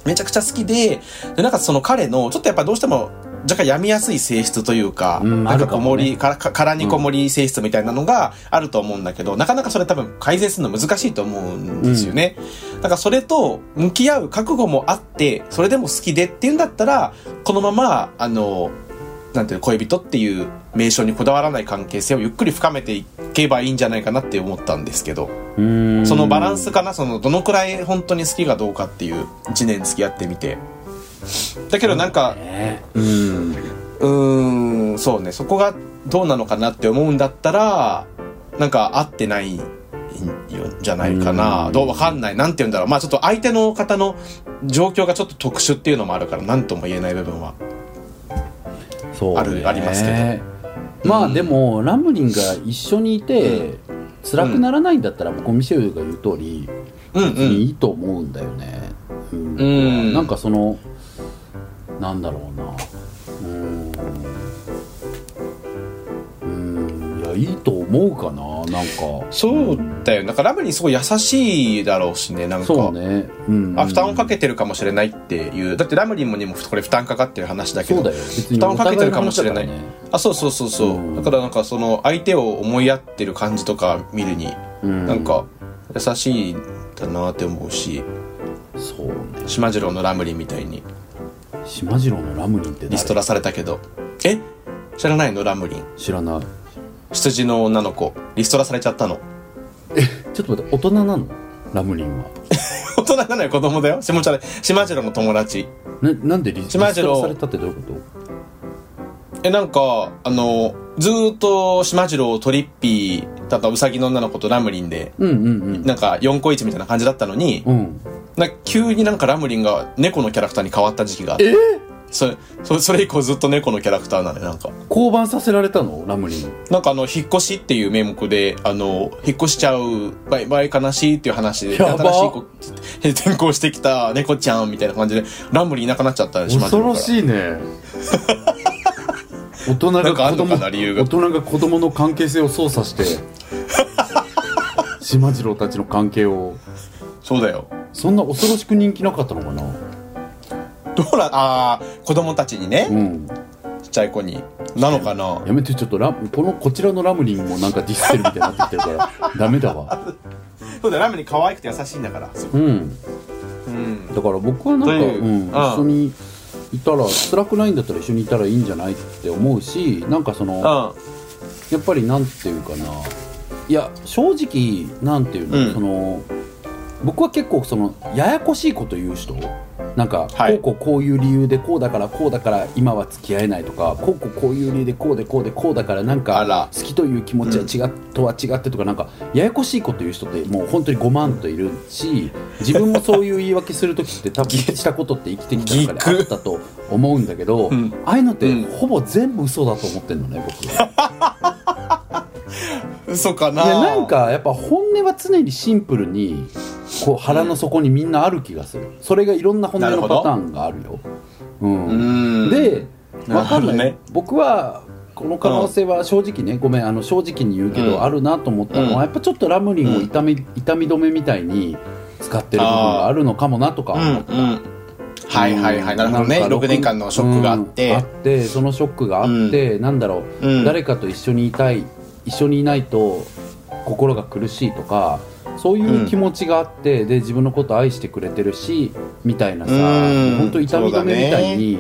Speaker 2: めちゃくちゃ好きで、で、なんかその彼の、ちょっとやっぱどうしても、若干病みやすい性質というか、
Speaker 3: うん
Speaker 2: な
Speaker 3: あ
Speaker 2: んか
Speaker 3: るか
Speaker 2: こ
Speaker 3: も
Speaker 2: も
Speaker 3: ね
Speaker 2: り、からか殻にこもり性質みたいなのがあると思うんだけど、なかなかそれ多分改善するの難しいと思うんですよね。だからそれと向き合う覚悟もあって、それでも好きでっていうんだったら、このまま、あの、なんていうの恋人っていう名称にこだわらない関係性をゆっくり深めていけばいいんじゃないかなって思ったんですけど。
Speaker 3: うん
Speaker 2: そのバランスかな、そのどのくらい本当に好きかどうかっていう1年付き合ってみて。だけどなんか、
Speaker 3: ねうん
Speaker 2: うーん、そうね、そこがどうなのかなって思うんだったら、なんか合ってないんじゃないかな。
Speaker 3: うん
Speaker 2: どうわかんない。なんて言うんだろう。まあちょっと相手の方の状況がちょっと特殊っていうのもあるから、なんとも言えない部分は。
Speaker 3: そうね
Speaker 2: あるありますけ
Speaker 3: まあ
Speaker 2: うん
Speaker 3: でも、ラムリンが一緒にいて辛くならないんだったら、僕ミシェルが言う通り
Speaker 2: うんう
Speaker 3: 別に
Speaker 2: ん。
Speaker 3: いいと思うんだよね、うん
Speaker 2: うん
Speaker 3: なんかそのなんだろうなうんうんいやいいと思うかななんか
Speaker 2: そうだよ。なんかラブにすごい優しいだろうしね、なんか。
Speaker 3: そうね、うん、
Speaker 2: あ負担をかけてるかもしれないっていうだってラムリンもにもこれ負担かかってる話だけ
Speaker 3: そ
Speaker 2: ど
Speaker 3: うだよ別
Speaker 2: 負担をかけてるかもしれない
Speaker 3: お互の話
Speaker 2: あそうそうそうそう、
Speaker 3: うん
Speaker 2: だからなんかその相手を思いやってる感じとか見るに
Speaker 3: だからねうん、
Speaker 2: なんか優しいんだなって思うし
Speaker 3: そうね
Speaker 2: 島次郎のラムリンみたいに
Speaker 3: 島次郎のラムリンって
Speaker 2: リスト
Speaker 3: 誰
Speaker 2: ラされたけどえ知らないのラムリン
Speaker 3: 知らない
Speaker 2: 羊の女の子リストラされちゃったの
Speaker 3: ちょっと待って大人なのラムリンは
Speaker 2: 大人なのよ子供だよ島ちゃん島次郎の友達
Speaker 3: ななんでリリスト
Speaker 2: 島
Speaker 3: ラ
Speaker 2: 次郎
Speaker 3: されたってどういうこ
Speaker 2: えなんかあのずーっと島次郎トリッピーだからウサギの女の子とラムリンで
Speaker 3: とうんうんうん
Speaker 2: なんか4個1みたいな感じだったのに、
Speaker 3: うん
Speaker 2: なんか急になんかラムリンが猫のキャラクターに変わった時期があって。それ、それそれ以降ずっと猫のキャラクターなのよ、なんか。
Speaker 3: 降板させられたのラムリン
Speaker 2: なんかあの、引っ越しっていう名目で、あの、引っ越しちゃう、バイバイ悲しいっていう話で、
Speaker 3: やば
Speaker 2: 新しい子、転校してきた猫ちゃんみたいな感じで、ラムリンいなくなっちゃったしま
Speaker 3: 恐ろし いね大人
Speaker 2: な
Speaker 3: が
Speaker 2: んかあ
Speaker 3: 子
Speaker 2: んの
Speaker 3: 供
Speaker 2: かな理由が
Speaker 3: 大人が子供の関係性を操作して 島次郎たちの関係を
Speaker 2: そうだよ。
Speaker 3: そんな恐ろしく人気なかったのかな
Speaker 2: どうな、あー子供たちにね
Speaker 3: う、ん
Speaker 2: ちっちゃい子に。なのかな
Speaker 3: やめてちょっとラこのこちらのラムリンもなんかディスってるみたいになってきてるからダメだわ
Speaker 2: そうだよ、ラムリン可愛くて優しいんだから。
Speaker 3: うん
Speaker 2: うん。
Speaker 3: だから僕はなんか、
Speaker 2: という
Speaker 3: うん、
Speaker 2: うん
Speaker 3: 一緒にいたら辛くないんだったら一緒にいたらいいんじゃないって思うしなんかその、
Speaker 2: うん。
Speaker 3: や
Speaker 2: は
Speaker 3: っぱりなんていうかないや正直なんていうの,、
Speaker 2: うん
Speaker 3: その僕は結構そのややこしいこと言う人なんか、
Speaker 2: はい
Speaker 3: こうこうこういう理由でこうだからこうだから今は付き合えないとかこうこうこういう理由でこうでこうでこうだからなん
Speaker 2: あ
Speaker 3: から好きという気持ちは違っ、とは違ってとかなんかややこしいこと言う人ってもう本当に5万といるし自分もそういう言い訳する時って多分したことって生きてきた中であったと思うんだけど、
Speaker 2: ん
Speaker 3: ああいうのって
Speaker 2: うん
Speaker 3: ほぼ全部嘘だと思ってるのね僕は。
Speaker 2: 嘘かな
Speaker 3: でなんかやっぱ本音は常にシンプルにこう腹の底にみんなある気がするそれがいろんな本音のパターンがあるよ。うん
Speaker 2: うん
Speaker 3: で
Speaker 2: な
Speaker 3: わ
Speaker 2: る
Speaker 3: か
Speaker 2: ほ
Speaker 3: ん
Speaker 2: どね
Speaker 3: ない、僕はこの可能性は正直ねごめんあの正直に言うけど、
Speaker 2: うん
Speaker 3: あるなと思ったのは、
Speaker 2: うん
Speaker 3: やっぱちょっとラムリンを痛み,、痛み止めみたいに使ってる部分があるのかもなとか
Speaker 2: う
Speaker 3: 思
Speaker 2: ん
Speaker 3: った
Speaker 2: うんはいはいはいなるほどね
Speaker 3: なんか
Speaker 2: 6年間のショックがあっ
Speaker 3: うん
Speaker 2: て
Speaker 3: あってそのショックがあって、なんだろう、
Speaker 2: うん
Speaker 3: 誰かと一緒にいたい一緒にいないと心が苦しいとかそういう気持ちがあって、で自分のこと愛してくれてるしみたいなさ、
Speaker 2: うん
Speaker 3: 本当痛み止めみたいに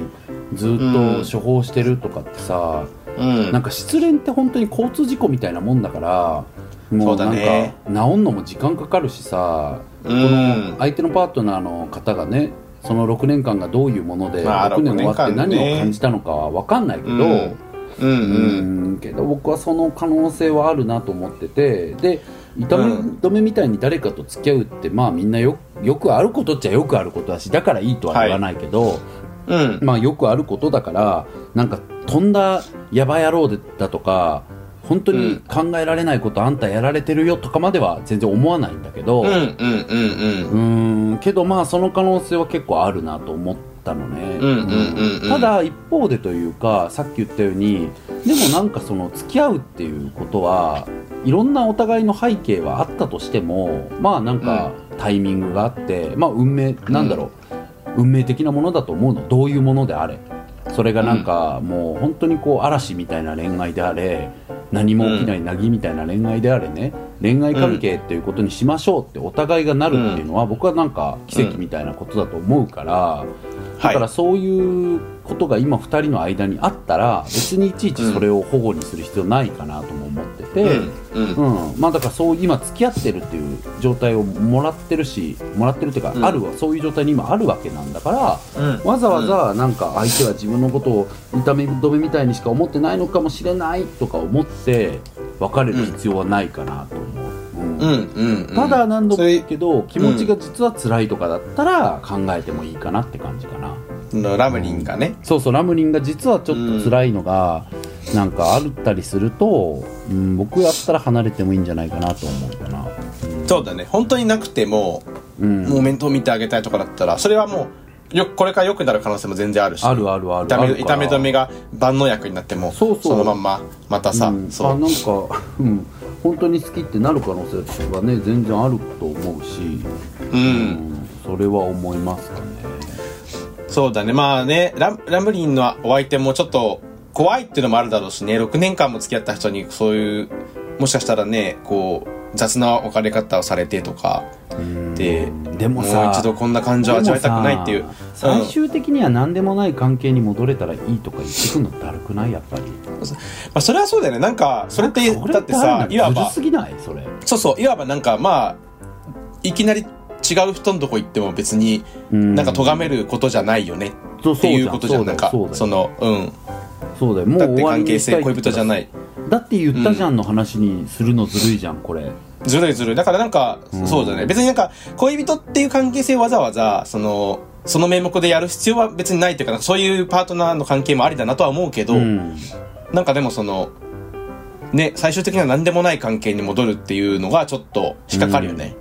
Speaker 3: ずっ
Speaker 2: うん
Speaker 3: と処方してるとかってさ、
Speaker 2: うん
Speaker 3: なんか失恋って本当に交通事故みたいなもんだからもう
Speaker 2: そうだ
Speaker 3: なんか
Speaker 2: ね
Speaker 3: 治んのも時間かかるしさ、
Speaker 2: うん
Speaker 3: この相手のパートナーの方がねその6年間がどういうもので、
Speaker 2: まあ
Speaker 3: 6年終わって
Speaker 2: 6年間
Speaker 3: 何
Speaker 2: ね
Speaker 3: を感じたのかは分かんないけど、
Speaker 2: うんうんう
Speaker 3: うんんけど僕はその可能性はあるなと思っててで痛み
Speaker 2: うん
Speaker 3: 止めみたいに誰かと付き合うってまあみんなよよくあることっちゃよくあることだしだからいいとは言わないけど、
Speaker 2: うん
Speaker 3: まあよくあることだからなんかとんだヤバ野郎だとか本当に考えられないことあんたやられてるよとかまでは全然思わないんだけど、
Speaker 2: うんうんうん
Speaker 3: うーんけどまあその可能性は結構あるなと思ったのね、
Speaker 2: うんうんうんうん
Speaker 3: ただ一方でというかさっき言ったようにでもなんかその付き合うっていうことはいろんなお互いの背景はあったとしてもまあなんかタイミングがあって、まあ運命なんだろう、運命的なものだと思うのどういうものであれそれがなんかもう本当にこう嵐みたいな恋愛であれ何も起きないなぎみたいな恋愛であれね恋愛関係っていうことにしましょうってお互いがなるっていうのは僕はなんか奇跡みたいなことだと思うからだからそういうことが今2人の間にあったら別にいちいちそれを保護にする必要ないかなとも思ってて。
Speaker 2: うんうん
Speaker 3: うん、まあだからそう今付き合ってるっていう状態をもらってるしもらってるっていうか、
Speaker 2: うん
Speaker 3: あるわそういう状態に今あるわけなんだから、
Speaker 2: うん
Speaker 3: わざわざなんか相手は自分のことを痛み止めみたいにしか思ってないのかもしれないとか思って別れる必要はないかなと思う、う
Speaker 2: う
Speaker 3: ん
Speaker 2: んうんうん
Speaker 3: ただ何度も
Speaker 2: それ
Speaker 3: 言うけど気持ちが実は辛いとかだったら考えてもいいかなって感じかな、
Speaker 2: のラムリンがね
Speaker 3: そうそうラムリンが実はちょっと辛いのが、なんかあったりすると、うん、僕やったら離れてもいいんじゃないかなと思うかな
Speaker 2: そうだね本当になくても
Speaker 3: うん
Speaker 2: もう面倒見てあげたいとかだったらそれはもうよこれから良くなる可能性も全然あるし
Speaker 3: あるあるある
Speaker 2: 痛
Speaker 3: ある
Speaker 2: め痛
Speaker 3: から
Speaker 2: め止めが万能薬になっても
Speaker 3: そうそう
Speaker 2: のまんままたさ、
Speaker 3: うん、
Speaker 2: そ
Speaker 3: あ
Speaker 2: う
Speaker 3: なんか、うん、本当に好きってなる可能性はね全然あると思うし、
Speaker 2: う
Speaker 3: うんそれは思いますかね
Speaker 2: そうだね。まあね、ラムラムリンのお相手もちょっと怖いっていうのもあるだろうしね、6年間も付き合った人にそういう、もしかしたらね、こう、雑な別れ方をされてとか、で、
Speaker 3: でもさ
Speaker 2: う一度こんな感情を味わいたくないっていう
Speaker 3: でもさ。
Speaker 2: うん
Speaker 3: 最終的には何でもない関係に戻れたらいいとか言ってくんのだるくないやっぱり
Speaker 2: まあ、それはそうだよね。なんか、それって、
Speaker 3: それ
Speaker 2: だって
Speaker 3: な
Speaker 2: さ
Speaker 3: ん、か
Speaker 2: いわ
Speaker 3: ずる
Speaker 2: ば、
Speaker 3: すぎないそれ
Speaker 2: そうそう、いわばなんか、まあ、いきなり違う人のとこ行っても別に、
Speaker 3: うん
Speaker 2: なんか咎めることじゃないよね。
Speaker 3: そう
Speaker 2: っていうことじゃん、
Speaker 3: そ
Speaker 2: なん
Speaker 3: うだ
Speaker 2: か
Speaker 3: よそうだ、よ
Speaker 2: その、うん。
Speaker 3: そうだよもう
Speaker 2: だっ
Speaker 3: 終
Speaker 2: て
Speaker 3: わり
Speaker 2: 関
Speaker 3: に
Speaker 2: 係
Speaker 3: したい
Speaker 2: 性
Speaker 3: って
Speaker 2: 恋人じゃない。
Speaker 3: だって言ったじゃんの話にするのずるいじゃんこれ
Speaker 2: ずるいずるい。だからなんか、そうだね。別になんか、恋人っていう関係性をわざわざ、その、その名目でやる必要は別にないというか、なんかそういうパートナーの関係もありだなとは思うけど、
Speaker 3: うん
Speaker 2: なんかでもその、ね、最終的には何でもない関係に戻るっていうのがちょっと引っかかるよね。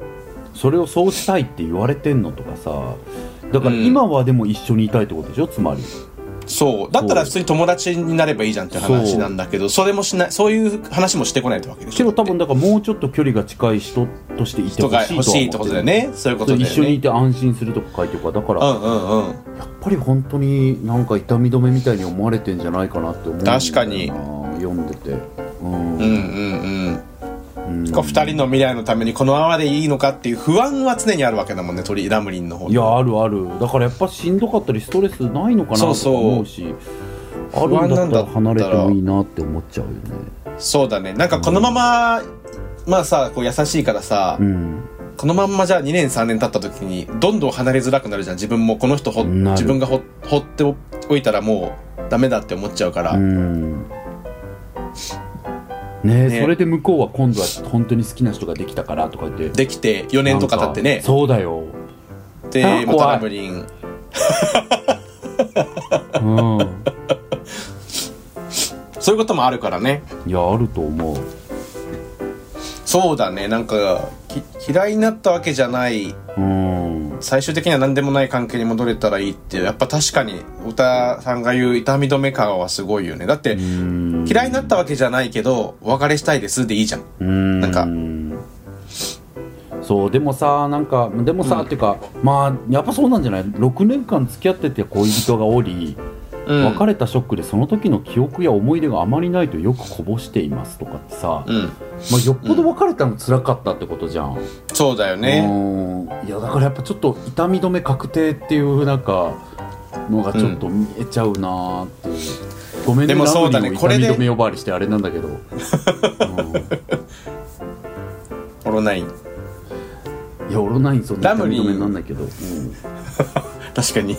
Speaker 3: それをそうしたいって言われてんのとかさだから
Speaker 2: うん
Speaker 3: 今はでも一緒にいたいってことでしょつまり
Speaker 2: そう。だったら普通に友達になればいいじゃんって話なんだけど、それもしない、そういう話もしてこないってわけでし
Speaker 3: け
Speaker 2: ょ。
Speaker 3: ど多分だからもうちょっと距離が近い人としていて
Speaker 2: 人
Speaker 3: ほ
Speaker 2: が
Speaker 3: しいとは思
Speaker 2: 欲しいってことだよね。そういうことだよね。
Speaker 3: 一緒にいて安心するとか書いてるからだから、
Speaker 2: う
Speaker 3: や
Speaker 2: んうんうん。
Speaker 3: っぱり本当になんか痛み止めみたいに思われてんじゃないかなって思う
Speaker 2: 確かに
Speaker 3: 読んでてう
Speaker 2: うん
Speaker 3: ん、
Speaker 2: うんうん。こう二人の未来のためにこのままでいいのかっていう不安は常にあるわけだもんね、鳥ラムリンの方
Speaker 3: いやあるあるだからやっぱしんどかったりストレスないのかな
Speaker 2: そう
Speaker 3: と
Speaker 2: そう
Speaker 3: か思うし
Speaker 2: 不
Speaker 3: ある
Speaker 2: 安
Speaker 3: んだ
Speaker 2: な
Speaker 3: っ
Speaker 2: ん
Speaker 3: た
Speaker 2: だ
Speaker 3: ら
Speaker 2: ったら
Speaker 3: 離れてもいいなって思っちゃうよね
Speaker 2: そうだね。なんかこのまま、まあさ、こう優しいからさ、
Speaker 3: うん
Speaker 2: このまんまじゃあ2年3年経った時にどんどん離れづらくなるじゃん自分もこの人ほ
Speaker 3: なる
Speaker 2: 自分がほ放っておいたらもうダメだって思っちゃうから、
Speaker 3: うんねえ
Speaker 2: ね
Speaker 3: それで向こうは今度は本当に好きな人ができたからとか言って
Speaker 2: できて4年とか経って
Speaker 3: なん
Speaker 2: ね
Speaker 3: そうだよ
Speaker 2: で
Speaker 3: あ
Speaker 2: また
Speaker 3: 怖い
Speaker 2: ラブリン
Speaker 3: うん
Speaker 2: そういうこともあるからね
Speaker 3: いやあると思う
Speaker 2: そうだねなんかき嫌いになったわけじゃない
Speaker 3: うん
Speaker 2: 最終的には何でもない関係に戻れたらいいってやっぱ確かに歌さんが言う痛み止め感はすごいよねだって
Speaker 3: うん
Speaker 2: 嫌いになったわけじゃないけどお別れしたいですでいいじゃん
Speaker 3: うん
Speaker 2: なんか
Speaker 3: そうでもさなんかでもさ、っていうかまあやっぱそうなんじゃない6年間付き合ってて恋人がおり、
Speaker 2: うん
Speaker 3: 別れたショックでその時の記憶や思い出があまりないとよくこぼしていますとかってさ、
Speaker 2: うん
Speaker 3: まあ、よっぽど別れたの辛かったってことじゃん、
Speaker 2: そうだよね
Speaker 3: うんいやだからやっぱちょっと痛み止め確定っていうなんかのがちょっと見えちゃうなーっていう、ごめんね
Speaker 2: でもそうだね
Speaker 3: ラブリーを
Speaker 2: これで
Speaker 3: 痛み止め呼ばわりしてあれなんだ けど、うん
Speaker 2: オロナイン
Speaker 3: いや俺ないんそんな
Speaker 2: ラ
Speaker 3: 痛
Speaker 2: ブリ
Speaker 3: み
Speaker 2: ー
Speaker 3: 止めになんないけど、うん
Speaker 2: 確かに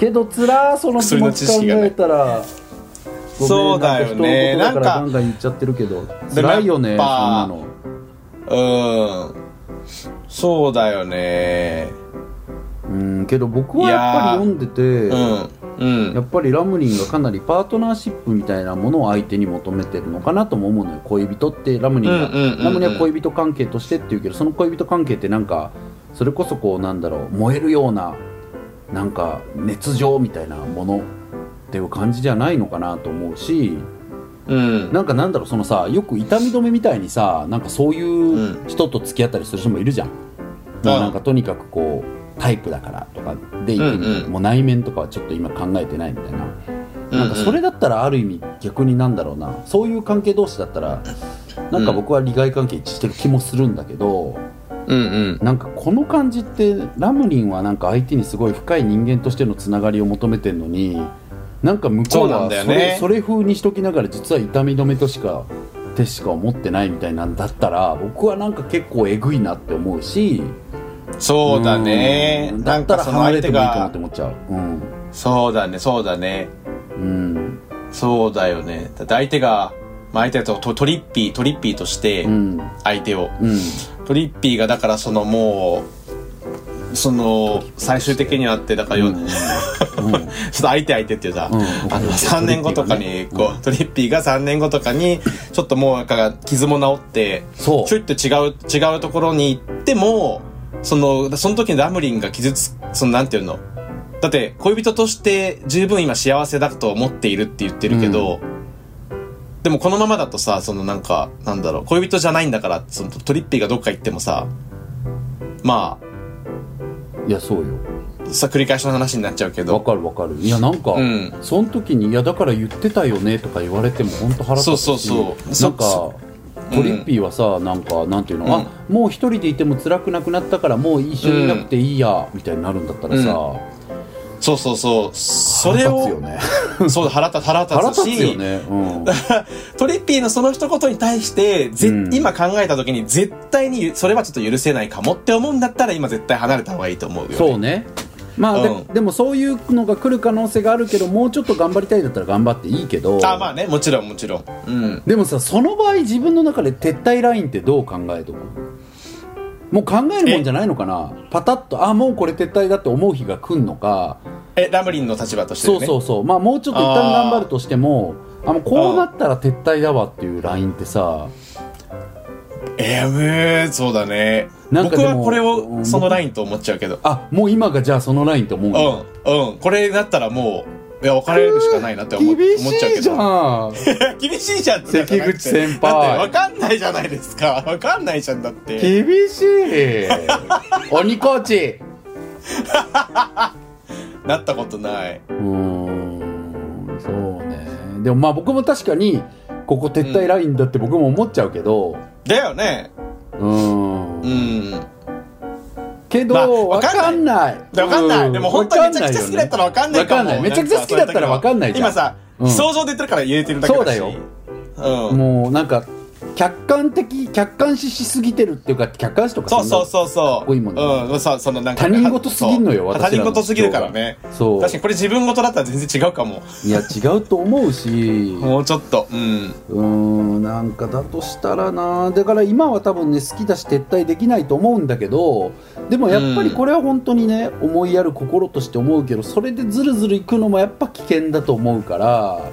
Speaker 3: けどつらーその気
Speaker 2: 薬
Speaker 3: 持
Speaker 2: の知
Speaker 3: ち考
Speaker 2: 識がね
Speaker 3: えたら
Speaker 2: そうだよね
Speaker 3: ごめんなんか人のことだから
Speaker 2: な
Speaker 3: ガ
Speaker 2: んか
Speaker 3: ンガン言っちゃってるけ
Speaker 2: で
Speaker 3: ど
Speaker 2: もやっぱ
Speaker 3: 辛いよねそんなの
Speaker 2: うんそうだよね
Speaker 3: うんけど僕はやっぱり読んでて
Speaker 2: うんうん
Speaker 3: やっぱりラムリンがかなりパートナーシップみたいなものを相手に求めてるのかなとも思うのよ恋人ってラムリンが、
Speaker 2: うんうんうんうん
Speaker 3: ラムリンは恋人関係としてっていうけどその恋人関係ってなんかそれこそこうなんだろう燃えるようななんか熱情みたいなものっていう感じじゃないのかなと思うし
Speaker 2: うん
Speaker 3: なんかなんだろうそのさよく痛み止めみたいにさなんかそういううん人と付き合ったりする人もいるじゃん、もうなんかとにかくこうタイプだからとかでいくみたいな
Speaker 2: うんうん
Speaker 3: もう内面とかはちょっと今考えてないみたいな、
Speaker 2: うん
Speaker 3: なんかそれだったらある意味逆になんだろうなそういう関係同士だったらなんか僕は利害関係一致してる気もするんだけど、
Speaker 2: うんうん
Speaker 3: なんかこの感じってラムリンはなんか相手にすごい深い人間としてのつながりを求めてるのになんか向こう
Speaker 2: そうな
Speaker 3: は
Speaker 2: んだよ
Speaker 3: それ
Speaker 2: ね
Speaker 3: それ風にしときながら実は痛み止めとしかてしか思ってないみたいなんだったら僕はなんか結構えぐいなって思うし
Speaker 2: そうだね
Speaker 3: うん
Speaker 2: な
Speaker 3: だっ
Speaker 2: ん
Speaker 3: た
Speaker 2: からその
Speaker 3: 離れ
Speaker 2: 相
Speaker 3: て
Speaker 2: 手
Speaker 3: もいいかなっ
Speaker 2: が
Speaker 3: て思っちゃううん、
Speaker 2: そうだねそうだね
Speaker 3: うん
Speaker 2: そうだよね。だって相手が、まあ、相手だとトトリッピー、トリッピーとして
Speaker 3: う、ん
Speaker 2: 相手を。
Speaker 3: うん
Speaker 2: トリッピーが、だからそのもう、その、最終的にはあって、だからよ、
Speaker 3: うん
Speaker 2: ちょっ
Speaker 3: うん
Speaker 2: と相手相手っていうさ、
Speaker 3: うん
Speaker 2: あの、3年後とかに、こう、トリッピーが3年後とかに、ちょっともう、なんか、傷も治って、
Speaker 3: そう
Speaker 2: ちょいと違う、違うところに行っても、その、その時にラムリンが傷つ、その、なんていうのだって、恋人として十分今幸せだと思っているって言ってるけど、でもこのままだとさ、そのなんか、なんだろう、恋人じゃないんだから、そのトリッピーがどっか行ってもさ、ま
Speaker 3: いやそうよ
Speaker 2: あ、さ、繰り返しの話になっちゃうけ
Speaker 3: わ
Speaker 2: ど、
Speaker 3: かるわかるいやなんか、
Speaker 2: うん
Speaker 3: その時に「いやだから言ってたよね」とか言われても本当腹立つし
Speaker 2: そうそうそう
Speaker 3: なんか
Speaker 2: そ
Speaker 3: トリッピーはさ、なんかなんていうの、
Speaker 2: うん
Speaker 3: あもう一人でいても辛くなくなったからもう一緒にいなくていいや、みたいになるんだったらさ、
Speaker 2: そうそうそう、それ
Speaker 3: 腹立つよ
Speaker 2: を、
Speaker 3: ね
Speaker 2: そう、腹立つ、腹
Speaker 3: 腹
Speaker 2: 立
Speaker 3: 立
Speaker 2: つ
Speaker 3: つよ
Speaker 2: し、
Speaker 3: ね、うん、
Speaker 2: トリッピーのその一言に対して、ぜ
Speaker 3: うん
Speaker 2: 今考えた時に絶対にそれはちょっと許せないかもって思うんだったら今絶対離れた方がいいと思うよ、ね。
Speaker 3: そうねまあ、で
Speaker 2: うん
Speaker 3: でもそういうのが来る可能性があるけどもうちょっと頑張りたいんだったら頑張っていいけど
Speaker 2: あ、まあね、もちろんもちろん。うん。
Speaker 3: でもさその場合自分の中で撤退ラインってどう考えとくもう考えるもんじゃないのかなパタッとあもうこれ撤退だって思う日が来んのか、
Speaker 2: え、ラムリンの立場として
Speaker 3: そう
Speaker 2: ね。
Speaker 3: そうそうまあもうちょっと一旦頑張るとしてもあもうこうなったら撤退だわっていうラインってさ
Speaker 2: えー、えーそうだね。
Speaker 3: なんか
Speaker 2: 僕
Speaker 3: でも
Speaker 2: はこれ
Speaker 3: う
Speaker 2: を
Speaker 3: ん
Speaker 2: そのラインと思っちゃうけど。
Speaker 3: あもう今がじゃあそのラインと思う
Speaker 2: う
Speaker 3: の
Speaker 2: ん、うん。これだったらもう、いや、別れるしかないなって思思っ
Speaker 3: 厳
Speaker 2: ちゃう
Speaker 3: し
Speaker 2: け
Speaker 3: いじ
Speaker 2: ど。
Speaker 3: ゃん
Speaker 2: 厳しいじゃんってなんか
Speaker 3: 関口先
Speaker 2: だっ
Speaker 3: 輩
Speaker 2: て、わかんないじゃないですか。わかんないじゃんだって。
Speaker 3: 厳しい 鬼コーチ
Speaker 2: なったことない。
Speaker 3: うーんそうねでもまあ僕も確かにここ撤退ラインだって僕も思っちゃうけど
Speaker 2: だよね。
Speaker 3: うーん
Speaker 2: うん。
Speaker 3: け
Speaker 2: まあ
Speaker 3: どわ
Speaker 2: わ
Speaker 3: か
Speaker 2: か
Speaker 3: ん
Speaker 2: ん
Speaker 3: ない
Speaker 2: わかんない。でも本当にめちゃくちゃ好きだったらわかんないかも。
Speaker 3: わかんないめちゃくちゃ好きだったらわかんないじゃん
Speaker 2: 今さ、
Speaker 3: うん
Speaker 2: 想像で言ってるから言えてるだけだし。
Speaker 3: そうだよ
Speaker 2: うん。
Speaker 3: もうなんか客観的客観視しすぎてるっていうか客観視とか
Speaker 2: そう
Speaker 3: そん
Speaker 2: そ
Speaker 3: な
Speaker 2: うそうそう。
Speaker 3: っこいいもんね
Speaker 2: うん、そう、そのなんか。
Speaker 3: 他人事すぎんのよ
Speaker 2: そう
Speaker 3: 私ら
Speaker 2: 他
Speaker 3: の
Speaker 2: 人事すぎるからね。
Speaker 3: そう
Speaker 2: 確かにこれ自分事だったら全然違うかも。
Speaker 3: いや違うと思うし
Speaker 2: もうちょっと。うん。
Speaker 3: うーんなんかだとしたらなだから今は多分ね好きだし撤退できないと思うんだけどでもやっぱりこれは本当にね、思いやる心として思うけどそれでずるずるいくのもやっぱ危険だと思うから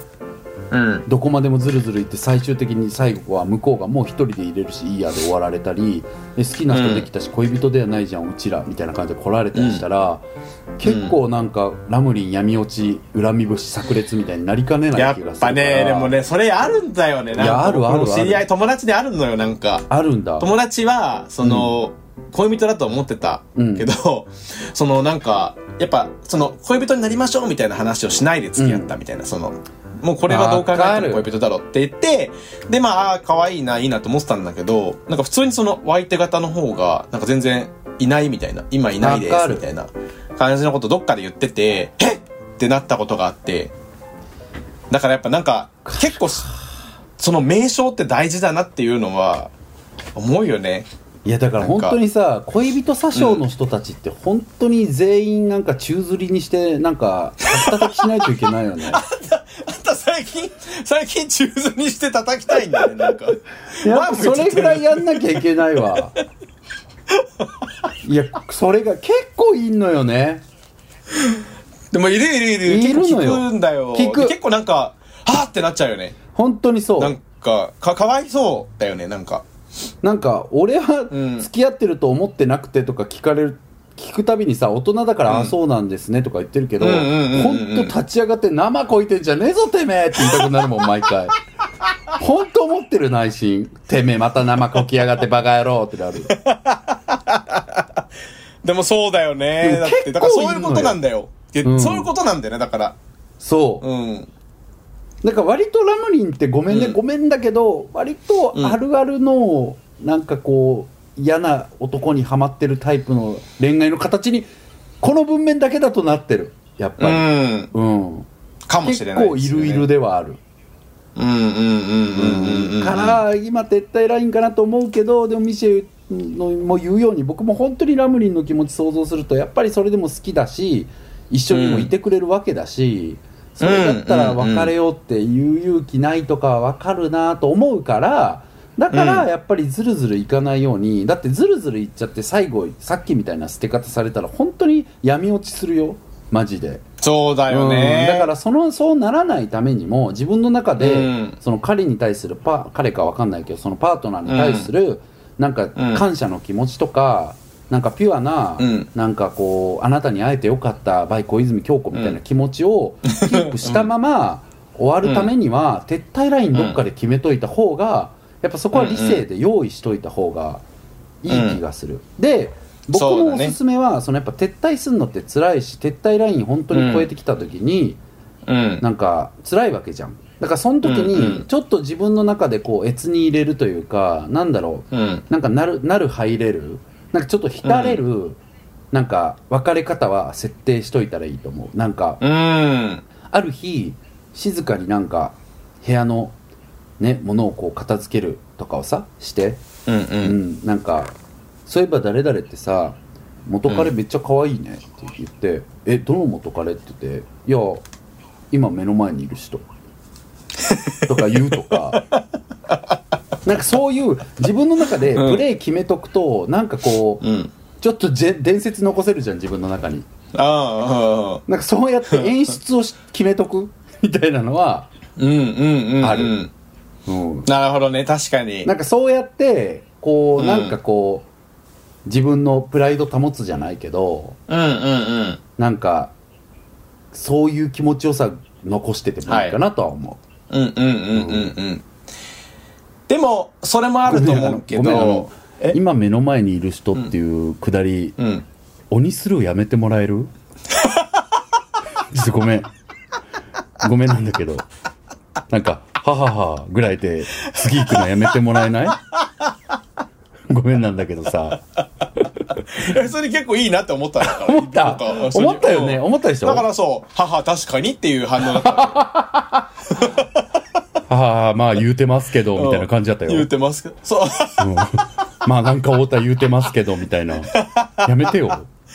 Speaker 2: うん。
Speaker 3: どこまでもずるずるいって最終的に最後は向こうがもう一人で入れるしいいやで終わられたりで好きな人できたし恋人ではないじゃんうちらみたいな感じで来られたりしたら、結構なんかラムリン闇落ち恨み節炸裂みたいになりかねな
Speaker 2: や
Speaker 3: い
Speaker 2: っ
Speaker 3: 気がするか
Speaker 2: ぱ
Speaker 3: ら
Speaker 2: ね、でもね、それあるんだよね。なんか
Speaker 3: いやあるある
Speaker 2: 僕も知り合い、友達であるのよ、なんか。
Speaker 3: あるんだ
Speaker 2: 友達は、その、恋人だと思ってた
Speaker 3: うん
Speaker 2: けど、 そのなんか、やっぱ、その、恋人になりましょうみたいな話をしないで付き合ったみたいな、その、もうこれはどう考えても
Speaker 3: わかる
Speaker 2: 恋人だろって言って、で、まあ、ああ、可愛いな、いいなと思ってたんだけど、なんか普通にその、お相手方の方が、なんか全然いないみたいな、今いないで
Speaker 3: わか
Speaker 2: す、
Speaker 3: る
Speaker 2: みたいな感じのことどっかで言ってて、えっってなったことがあって、だからやっぱなんか、結構、その名称って大事だなっていうのは、思うよね。
Speaker 3: いやだから
Speaker 2: なん
Speaker 3: 本
Speaker 2: か
Speaker 3: 当にさ恋人詐称の人たちって本当に全員なんか宙吊りにしてなんか叩きしないといけないよね
Speaker 2: あんた最近、最近宙吊りして叩きたいんだね、なん か。
Speaker 3: やっぱそれぐらいやんなきゃいけな いわいやそれが結構いんのよね
Speaker 2: でもいるいるいる。
Speaker 3: いる
Speaker 2: 結構
Speaker 3: のよ
Speaker 2: 聞くんだよ。
Speaker 3: 聞く
Speaker 2: で結構なんか、はぁってなっちゃうよね。
Speaker 3: 本当にそう
Speaker 2: な
Speaker 3: なんん
Speaker 2: か、か、かわいそうだよね、なんか。
Speaker 3: か俺は
Speaker 2: うん
Speaker 3: 付き合ってると思ってなくてとか聞かれる聞くたびにさ大人だから、
Speaker 2: うん
Speaker 3: あそうなんですねとか言ってるけど
Speaker 2: うんうんうんうん
Speaker 3: 本当立ち上がって生こいてんじゃねえぞてめえって言いたくなるもん毎回本当思ってる内心てめえまた生こきやがってバカ野郎ってなる
Speaker 2: でもそうだよね。
Speaker 3: でも
Speaker 2: だっ
Speaker 3: 結構
Speaker 2: て、だからそういうことなんだよ。いや
Speaker 3: うん
Speaker 2: そういうことなんだよね、だから。
Speaker 3: そう、
Speaker 2: うん。
Speaker 3: なんか割とラムリンってごめんね、
Speaker 2: うん
Speaker 3: ごめんだけど割とあるあるのなんかこう嫌な男にはまってるタイプの恋愛の形にこの文面だけだとなってるやっ
Speaker 2: う
Speaker 3: ぱり、
Speaker 2: ん。
Speaker 3: うん、
Speaker 2: かもし
Speaker 3: 結
Speaker 2: れない
Speaker 3: 構
Speaker 2: で
Speaker 3: い
Speaker 2: すよ
Speaker 3: る
Speaker 2: ね
Speaker 3: いる。ではある、
Speaker 2: うんうんうんうんうんうん。
Speaker 3: から今撤退ラインかなと思うけどでもミシェルのも言うように僕も本当にラムリンの気持ち想像するとやっぱりそれでも好きだし一緒にもいてくれるわけだし、それだったら別れようっていう勇気ないとかわかるなと思うからだからやっぱりズルズルいかないようにだってズルズルいっちゃって最後さっきみたいな捨て方されたら本当に闇落ちするよマジで。
Speaker 2: そうだよ
Speaker 3: う
Speaker 2: ね
Speaker 3: ん。だからそのそうならないためにも自分の中で、
Speaker 2: うん
Speaker 3: その彼に対するパ彼かわかんないけどそのパートナーに対する、なんか
Speaker 2: うん
Speaker 3: 感謝の気持ちとか、なんかピュアな、
Speaker 2: うん
Speaker 3: なんかこうあなたに会えてよかったバイ小泉京子みたいな気持ちをキープしたまま、終わるためには、撤退ラインどっかで決めといた方がやっぱそこは理性で用意しといた方がいい気がする。で僕
Speaker 2: そう
Speaker 3: の
Speaker 2: だ
Speaker 3: お
Speaker 2: ね
Speaker 3: すすめはそのやっぱ撤退するのって辛いし撤退ライン本当に超えてきた時に、
Speaker 2: うん。
Speaker 3: なんか辛いわけじゃんだからその時
Speaker 2: うんうん
Speaker 3: にちょっと自分の中でこう越に入れるというかなんだろう
Speaker 2: うん。
Speaker 3: なんかなるなる入れるなんかちょっと浸れる、なんか別れ方は設定しといたらいいと思うなんか
Speaker 2: うん。
Speaker 3: ある日静かになんか部屋のね物をこう片付けるとかをさして
Speaker 2: うんう。
Speaker 3: うんん、なんかそういえば誰々ってさ元彼めっちゃ可愛いねって言って「えどの元彼?」って言って「いや今目の前にいる人」とか言うとか なんかそういう自分の中でプレー決めとくと、なんかこう、
Speaker 2: うん。
Speaker 3: ちょっとぜ伝説残せるじゃん自分の中に
Speaker 2: ああ。
Speaker 3: なんかそうやって演出をし決めとくみたいなのは、
Speaker 2: うんうんうん。
Speaker 3: ある。うん、
Speaker 2: なるほどね、確かに。
Speaker 3: なんかそうやってこう、
Speaker 2: うん
Speaker 3: なんかこう自分のプライド保つじゃないけど
Speaker 2: うんうん
Speaker 3: なんかそういう気持ちよさ残しててもいいかなとは思
Speaker 2: う
Speaker 3: う、
Speaker 2: ん。うんうんうんうんうん。でも、それもあ ると思うけ
Speaker 3: ごめんあの
Speaker 2: ど、
Speaker 3: ごめんあの今目の前にいる人っていうくだり、
Speaker 2: うん。
Speaker 3: 鬼スルーやめてもらえるちょっとごめんごめんなんだけどなんか「ははは」ぐらいで次行くのやめてもらえないごめんなんだけどさ
Speaker 2: え それ結構いいなって思ったんだから。
Speaker 3: 思った
Speaker 2: なんか
Speaker 3: 思ったよね
Speaker 2: うん
Speaker 3: 思ったでしょ
Speaker 2: だからそう、母確かにっていう反応だった。
Speaker 3: はああ、まあ言うてますけど、みたいな感じだったよ。
Speaker 2: 言うてますけど。そう。
Speaker 3: うんまあなんか太田言うてますけど、みたいな。やめてよ。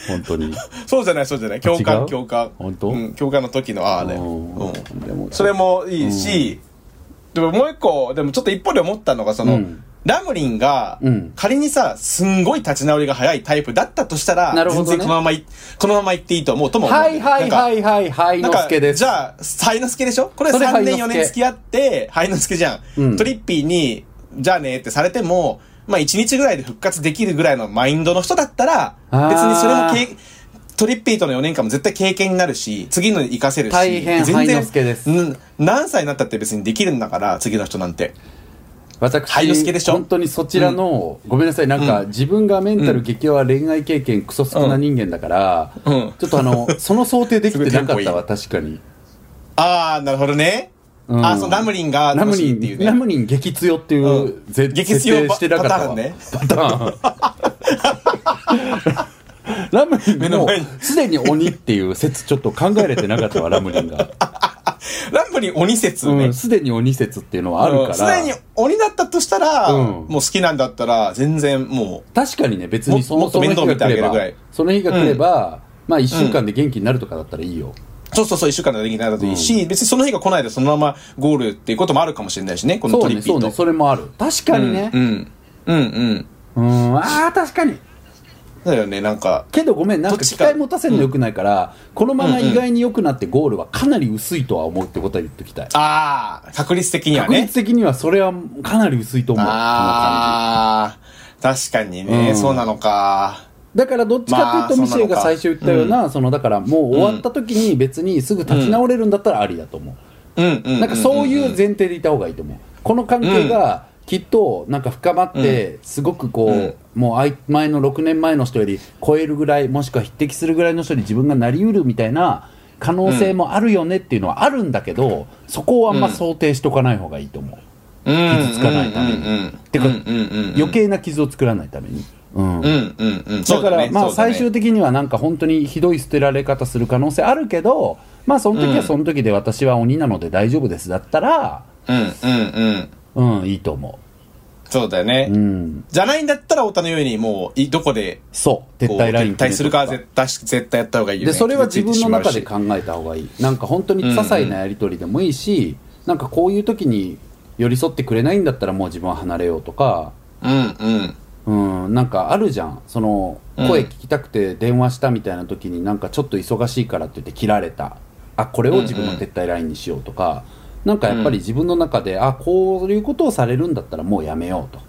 Speaker 3: 本当に。
Speaker 2: そうじゃない、そうじゃない。共
Speaker 3: 違
Speaker 2: 感、
Speaker 3: う
Speaker 2: 共感。
Speaker 3: 本当
Speaker 2: うん、共感の時のああだよ。うん。
Speaker 3: でも
Speaker 2: それもいいし、でももう一個、でもちょっと一方で思ったのが、その、
Speaker 3: うん
Speaker 2: ラムリンが
Speaker 3: うん、
Speaker 2: 仮にさ、すんごい立ち直りが早いタイプだったとしたら、
Speaker 3: なるほどね
Speaker 2: 全然このままい、このまま行っていいと思うとも思う。
Speaker 3: はいはい
Speaker 2: なんか
Speaker 3: はいはい、はい
Speaker 2: な
Speaker 3: の
Speaker 2: んか
Speaker 3: すけです。
Speaker 2: じゃあ、灰之助でしょこれ
Speaker 3: それ
Speaker 2: 3年
Speaker 3: 灰之助
Speaker 2: 4年付き合って、灰之助じゃん,、
Speaker 3: うん
Speaker 2: トリッピーに、じゃあねってされても、まあ1日ぐらいで復活できるぐらいのマインドの人だったら、
Speaker 3: あー
Speaker 2: 別にそれもけいトリッピーとの4年間も絶対経験になるし、次のに活かせるし、
Speaker 3: 大変
Speaker 2: 全
Speaker 3: 灰
Speaker 2: 然
Speaker 3: 之助です
Speaker 2: うん何歳になったって別にできるんだから、次の人なんて。
Speaker 3: 私、
Speaker 2: はいのすけでしょ
Speaker 3: 本当にそちらの、ごめんなさい、なんか、自分がメンタル激弱、恋愛経験クソ少な人間だから、
Speaker 2: うん
Speaker 3: ちょっとあの、その想定できてなかっ
Speaker 2: すごいテン
Speaker 3: た
Speaker 2: ポ
Speaker 3: わ、確かに。
Speaker 2: ああ、なるほどね。
Speaker 3: うん
Speaker 2: ああ、そう、ラムリンが
Speaker 3: ラム
Speaker 2: 楽し
Speaker 3: リ
Speaker 2: いっていう
Speaker 3: ン、
Speaker 2: ね。
Speaker 3: ラムリン激強っていう、
Speaker 2: うん
Speaker 3: ぜ
Speaker 2: 激強
Speaker 3: 設定してなかったわ
Speaker 2: パターンね
Speaker 3: パターン。 ラムリ
Speaker 2: 目
Speaker 3: ン
Speaker 2: の
Speaker 3: も
Speaker 2: 前に
Speaker 3: すでに鬼っていう説ちょっと考えれてなかっ たわ、ラムリンが。
Speaker 2: ラムリン鬼説ね。
Speaker 3: うん、すでに鬼説っていうのはあるから。
Speaker 2: すでに鬼だったとしたら、
Speaker 3: うん
Speaker 2: もう好きなんだったら、全然も
Speaker 3: 確かにね別にそ
Speaker 2: も
Speaker 3: の
Speaker 2: っと
Speaker 3: そ
Speaker 2: 面
Speaker 3: の日
Speaker 2: 倒
Speaker 3: が
Speaker 2: 見て
Speaker 3: 来
Speaker 2: あげ
Speaker 3: れ
Speaker 2: る
Speaker 3: ば
Speaker 2: ぐらい
Speaker 3: その日が来れば、まあ1週間で元気になるとかだったらいいよ、
Speaker 2: う、そうそうそう、一週間でできないといいし、別にその日が来ないでそのままゴールっていうこともあるかもしれないしね、この
Speaker 3: そ
Speaker 2: ト
Speaker 3: う
Speaker 2: リ
Speaker 3: ね
Speaker 2: ッピ
Speaker 3: そ
Speaker 2: ー
Speaker 3: う
Speaker 2: と。
Speaker 3: ねそれもある確かにね
Speaker 2: うん。うんうん。
Speaker 3: うんああ確かに
Speaker 2: だよね、なんか。
Speaker 3: けどごめんなん
Speaker 2: ど
Speaker 3: か
Speaker 2: っち
Speaker 3: 期
Speaker 2: か
Speaker 3: 待持たせるのよくないから、このまま意外に良くなってゴールはかなり薄いとは思うってことは言っときたい、
Speaker 2: ああ、確率的には
Speaker 3: 確
Speaker 2: ね。
Speaker 3: 率的にはそれはかなり薄いと思うこの感
Speaker 2: ああ、確かにね、
Speaker 3: うん
Speaker 2: そうなのか。
Speaker 3: じだからどっちかというと
Speaker 2: まあ
Speaker 3: ミシェ
Speaker 2: そ
Speaker 3: ルが
Speaker 2: うなのか
Speaker 3: 最初言ったような、そのだからもう終わった時に別にすぐ立ち直れるんだったらありだと思う、
Speaker 2: うんうんうん、うん。
Speaker 3: なんかそういう前提でいた方がいいと思う。この関係がきっとなんか深まってすごくこう、
Speaker 2: うん
Speaker 3: もうあい前の6年前の人より超えるぐらいもしくは匹敵するぐらいの人に自分がなりうるみたいな可能性もあるよねっていうのはあるんだけど、そこをあんま想定しとかない方がいいと思う、
Speaker 2: 傷
Speaker 3: 傷つかないために
Speaker 2: うんうんうん、
Speaker 3: てか
Speaker 2: うんうんうん、
Speaker 3: 余計な傷を作らないために、う
Speaker 2: う
Speaker 3: ん
Speaker 2: んうんうん。そ
Speaker 3: だ
Speaker 2: う
Speaker 3: から
Speaker 2: ね
Speaker 3: まあ
Speaker 2: そうだね
Speaker 3: 最終的にはなんか本当にひどい捨てられ方する可能性あるけどまあその時はその時で私は鬼なので大丈夫ですだったら
Speaker 2: うんうんうん。
Speaker 3: うんいいと思
Speaker 2: そうだよね。
Speaker 3: ううん
Speaker 2: じゃないんだったら、太田のように、もうい、どこで、
Speaker 3: そう
Speaker 2: こ
Speaker 3: 撤
Speaker 2: う
Speaker 3: 退ライン
Speaker 2: 撤退するかは絶対、絶対やった方がいいよね。
Speaker 3: でそれは自分の中で
Speaker 2: か。
Speaker 3: 考えた方がいいなんか本当に些細なやり取りでもいいし、なんかこういう時に寄り添ってくれないんだったらもう自分は離れようとか
Speaker 2: うんうん。
Speaker 3: うんなんかあるじゃんその
Speaker 2: うん
Speaker 3: 声聞きたくて電話したみたいな時になんかちょっと忙しいからって言って切られたあこれを自分の撤退ラインにしようとか、なんかやっぱり自分の中で、あこういうことをされるんだったらもうやめようと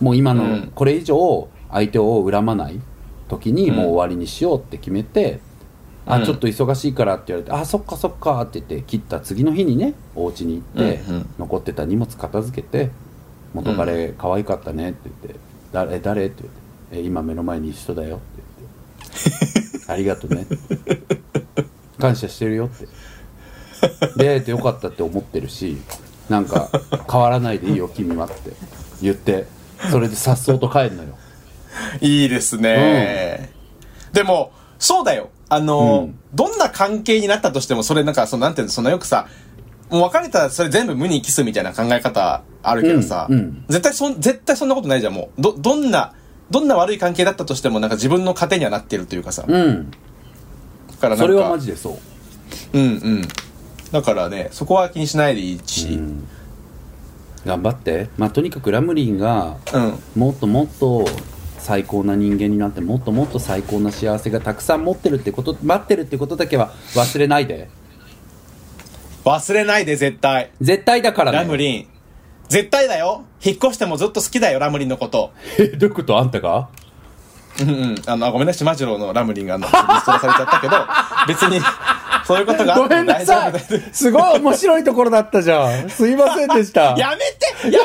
Speaker 3: もう今
Speaker 2: う
Speaker 3: の
Speaker 2: ん
Speaker 3: これ以上相手を恨まない時に
Speaker 2: うん
Speaker 3: もう終わりにしようって決めて、
Speaker 2: う
Speaker 3: あ
Speaker 2: ん
Speaker 3: ちょっと忙しいからって言われて、あそっかそっかって言って切った次の日にねお家に行って、
Speaker 2: うんうん
Speaker 3: 残ってた荷物片付けて元彼可愛かったねって言って「誰誰?」って言ってえ「今目の前に一緒だよ」って言 って「ありがとね」感謝してるよ」って「出会えてよかったって思ってるしなんか変わらないでいいよ君は」って言ってそれでさっそうと帰るのよ
Speaker 2: いいですね。でも、そうだよ。あの、
Speaker 3: うん
Speaker 2: どんな関係になったとしても、それなんか、その、なんていうの、そのよくさ、もう別れたらそれ全部無にキスみたいな考え方あるけどさ、
Speaker 3: うんうん
Speaker 2: 絶対そん、絶対そんなことないじゃん、もう。ど、どんな、どんな悪い関係だったとしても、なんか自分の糧にはなってるというかさ。だ
Speaker 3: うん
Speaker 2: からなんか、
Speaker 3: それはマジでそう
Speaker 2: うんうん。だからね、そこは気にしないでいいし。
Speaker 3: うん頑張ってまあとにかくラムリンが
Speaker 2: うん。
Speaker 3: もっともっと最高な人間になってもっともっと最高な幸せがたくさん持ってるってこと待ってるってことだけは忘れないで
Speaker 2: 忘れないで、絶対。
Speaker 3: 絶対だからね
Speaker 2: ラムリン。絶対だよ引っ越してもずっと好きだよ、ラムリンのこと。
Speaker 3: えどういうことあんたが
Speaker 2: うんうん。あの、あごめんなさい、マジローのラムリンがあの、リストラされちゃったけど、別に、そういうことがあ
Speaker 3: ご
Speaker 2: って
Speaker 3: めん
Speaker 2: も
Speaker 3: な
Speaker 2: 大丈
Speaker 3: さ
Speaker 2: 夫
Speaker 3: い
Speaker 2: だよ。
Speaker 3: すごい面白いところだったじゃんす いませんでした
Speaker 2: やめてやめてよ、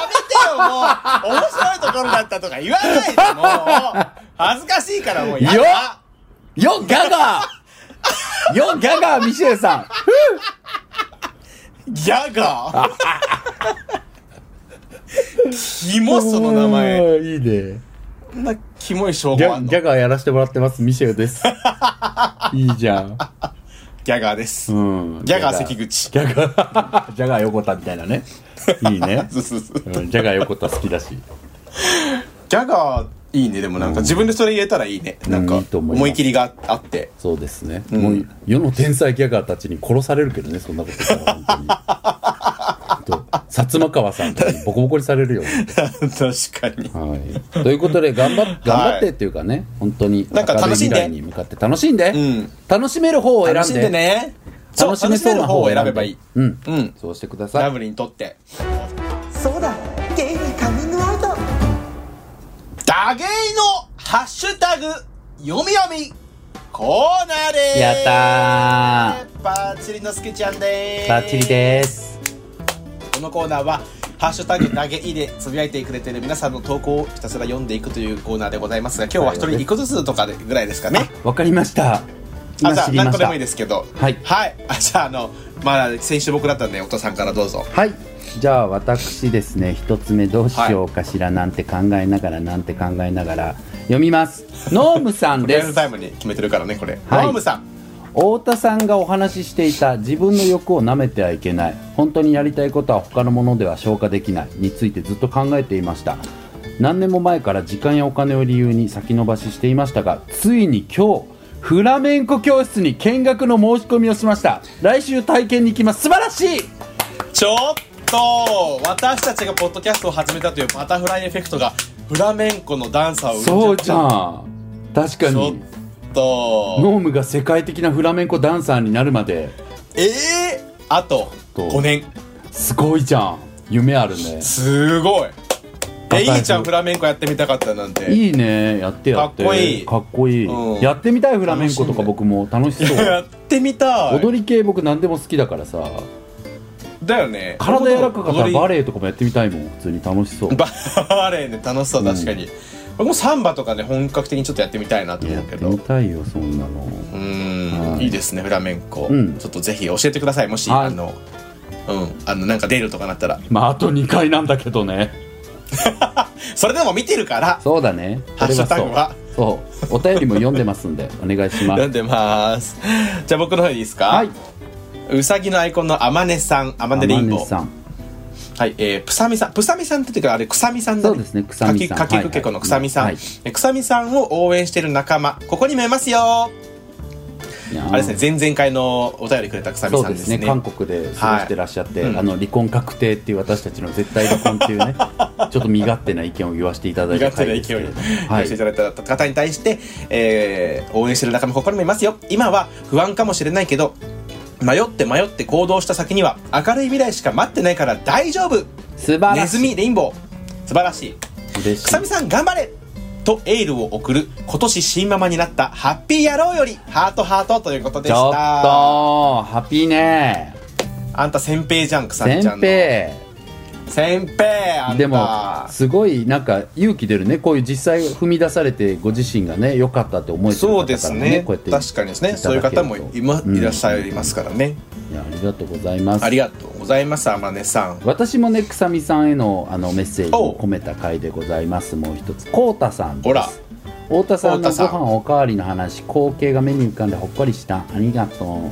Speaker 2: もう面白いところだったとか言わないで、もう恥ずかしいから、もうや
Speaker 3: よ
Speaker 2: だ
Speaker 3: よガガーよガガーミシェルさん
Speaker 2: ギャガーキ モ、その名前。
Speaker 3: うんいいね
Speaker 2: そんなキモい称
Speaker 3: ギ
Speaker 2: 号あん
Speaker 3: ャ
Speaker 2: の
Speaker 3: ギャガーやらせてもらってますミシェルですいいじゃん
Speaker 2: ギャガーです。
Speaker 3: うん
Speaker 2: ギャガー関口。
Speaker 3: ギャ ガージャガー横田みたいなねいいね
Speaker 2: そうそうそう
Speaker 3: うんジャガー横田好きだし
Speaker 2: ギャガーいいねでもなんか自分でそれ言えたらいいねなん
Speaker 3: う
Speaker 2: か
Speaker 3: んいいと思います
Speaker 2: 思い切りがああ って
Speaker 3: そうですね、もう世の天才ギャガーたちに殺されるけどねそんなことした ら本当にほんと薩摩川さんとかにボコボコにされるよ、
Speaker 2: 確かに
Speaker 3: はい、ということで頑張っ頑張ってっていうかね、本当に
Speaker 2: なんか
Speaker 3: 明るい
Speaker 2: 楽しんで
Speaker 3: 未来に向かって楽しんで、
Speaker 2: ん
Speaker 3: 楽しめる方を選んで
Speaker 2: 楽しんでねそう
Speaker 3: 楽しめそうな方を選べばいい、
Speaker 2: 楽しめる
Speaker 3: うん
Speaker 2: 方を選べばいいうん
Speaker 3: そうしてくださ
Speaker 2: ラ
Speaker 3: い
Speaker 2: ブリーにとって
Speaker 4: そうだゲイにカミングアウト
Speaker 2: ダゲイのハッシュタグ読み読みコーナーです
Speaker 3: やった
Speaker 2: バーチリのすけちゃんです
Speaker 3: ーバッチリです
Speaker 2: このコーナーは「ハッシュタグ投げい」でつぶやいてくれてる皆さんの投稿をひたすら読んでいくというコーナーでございますが今日は一人一個ずつとかでぐらいですかね
Speaker 3: わかりました
Speaker 2: あ
Speaker 3: 今
Speaker 2: じゃあ
Speaker 3: 知りま
Speaker 2: 何個
Speaker 3: し
Speaker 2: でもいい
Speaker 3: た
Speaker 2: ですけど
Speaker 3: はい
Speaker 2: はいあじゃああのまあ先週僕だったんでお父さんからどうぞ
Speaker 3: はいじゃあ私ですね一つ目どうしようかしらなんて考えながらなんて考えながら読みます ノームさん
Speaker 2: リ
Speaker 3: で
Speaker 2: アル
Speaker 3: す
Speaker 2: タイムに決めてるからねこれ
Speaker 3: はい
Speaker 2: ノームさん
Speaker 3: 太田さんがお話ししていた自分の欲を舐めてはいけない本当にやりたいことは他のものでは消化できないについてずっと考えていました何年も前から時間やお金を理由に先延ばししていましたがついに今日フラメンコ教室に見学の申し込みをしました来週体験に行きます素晴らしい
Speaker 2: ちょっと私たちがポッドキャストを始めたというバタフライエフェクトがフラメンコのダンサーを
Speaker 3: そ
Speaker 2: 生ん
Speaker 3: う
Speaker 2: じゃっ
Speaker 3: じゃん確か
Speaker 2: たちょ
Speaker 3: に
Speaker 2: っと
Speaker 3: ノームが世界的なフラメンコダンサーになるまで
Speaker 2: ええあと
Speaker 3: と
Speaker 2: 5年
Speaker 3: すごいじゃん夢あるね
Speaker 2: すごい
Speaker 3: バタ
Speaker 2: え
Speaker 3: フライ
Speaker 2: いいちゃんフラメンコやってみたかったなんて
Speaker 3: いいねやってやっ
Speaker 2: か
Speaker 3: て
Speaker 2: っこいい
Speaker 3: かっこいい
Speaker 2: うん
Speaker 3: やってみたいフラメンコと
Speaker 2: 楽しん
Speaker 3: か
Speaker 2: で
Speaker 3: 僕も楽しそう
Speaker 2: やってみたい
Speaker 3: 踊り系僕何でも好きだからさ
Speaker 2: だよね
Speaker 3: 体柔らかかっ
Speaker 2: 踊
Speaker 3: たら
Speaker 2: り
Speaker 3: バレエとかもやってみたいもん普通に楽しそう
Speaker 2: バレエね楽しそう確かに、僕もサンバとかね本格的にちょっとやってみたいなと
Speaker 3: や
Speaker 2: 思
Speaker 3: っ
Speaker 2: うけ
Speaker 3: て
Speaker 2: ど
Speaker 3: み
Speaker 2: う
Speaker 3: たいよそんなの
Speaker 2: ー
Speaker 3: は
Speaker 2: ん
Speaker 3: い
Speaker 2: いいですねフラメンコ、
Speaker 3: うん
Speaker 2: ちょっとぜひ教えてくださいもし、
Speaker 3: はい
Speaker 2: あのうんあのなんか出るとかなったら
Speaker 3: まああと2回なんだけどね
Speaker 2: それでも見てるから
Speaker 3: そうだね
Speaker 2: ハッシュタグは
Speaker 3: そうそうお便りも読んでますんでお願いし ま
Speaker 2: 読
Speaker 3: す
Speaker 2: んでますじゃあ僕の方でいいですか
Speaker 3: はいう
Speaker 2: さぎのアイコンのあまねさんあまねりん
Speaker 3: 天
Speaker 2: ご
Speaker 3: 音さん
Speaker 2: はい、えー、プサミさん、プサミさんって言ってかあれ、くさみさんだ、
Speaker 3: そうですねくさみさん
Speaker 2: かき、か
Speaker 3: は
Speaker 2: きく
Speaker 3: い
Speaker 2: けこのくさみさん、
Speaker 3: はい
Speaker 2: えくさみさんを応援している仲間、ここに見えますよ。
Speaker 3: いやー
Speaker 2: あれですね、前々回のお便りくれたくさみ
Speaker 3: そ
Speaker 2: さ
Speaker 3: うん
Speaker 2: で
Speaker 3: で
Speaker 2: すす
Speaker 3: ね
Speaker 2: ね。
Speaker 3: 韓国で過ごしてらっしゃって、
Speaker 2: はいうん
Speaker 3: あの離婚確定っていう私たちの絶対離婚っ ていうねちょっと身勝手な意見を言わせていただいた
Speaker 2: 苦手
Speaker 3: 回
Speaker 2: な
Speaker 3: で
Speaker 2: 勢い
Speaker 3: すけれど
Speaker 2: に
Speaker 3: も
Speaker 2: は、
Speaker 3: はいい
Speaker 2: していただいた方に対して、えー応援してる仲間ここにもいますよ今は不安かもしれないけど迷って迷って行動した先には明るい未来しか待ってないから大丈夫
Speaker 3: 素晴
Speaker 2: ネ
Speaker 3: ら
Speaker 2: ズ
Speaker 3: しい
Speaker 2: ミレインボー素晴らしい
Speaker 3: 嬉し
Speaker 2: くさみさん頑張れとエールを送る今年新ママになったハッピー野郎よりハートハートということで
Speaker 3: ち
Speaker 2: し
Speaker 3: ょっと
Speaker 2: た
Speaker 3: ハッピーね
Speaker 2: あんた先輩じゃんくさみ
Speaker 3: 先
Speaker 2: ちゃんの
Speaker 3: 輩
Speaker 2: 先輩あんた
Speaker 3: でもすごいなんか勇気出るねこういう実際踏み出されてご自身がね良かったって思えてる
Speaker 2: そ
Speaker 3: 方
Speaker 2: うで
Speaker 3: か
Speaker 2: す
Speaker 3: ら
Speaker 2: ね
Speaker 3: ねこうやって
Speaker 2: 確かにですね
Speaker 3: ただけると
Speaker 2: そういう方もい,、ま
Speaker 3: うん
Speaker 2: いらっしゃいますからね、
Speaker 3: いやありがとうございます
Speaker 2: ありがとうございますあまねさん
Speaker 3: 私もねくさみさんへのあのメッセージ
Speaker 2: お
Speaker 3: を
Speaker 2: う
Speaker 3: 込めた回でございますもう一つこうたさんです
Speaker 2: ほら
Speaker 3: 太田さんの
Speaker 2: こうたさ
Speaker 3: ご
Speaker 2: ん
Speaker 3: 飯おかわりの話光景が目に浮かんでほっこりしたありがとう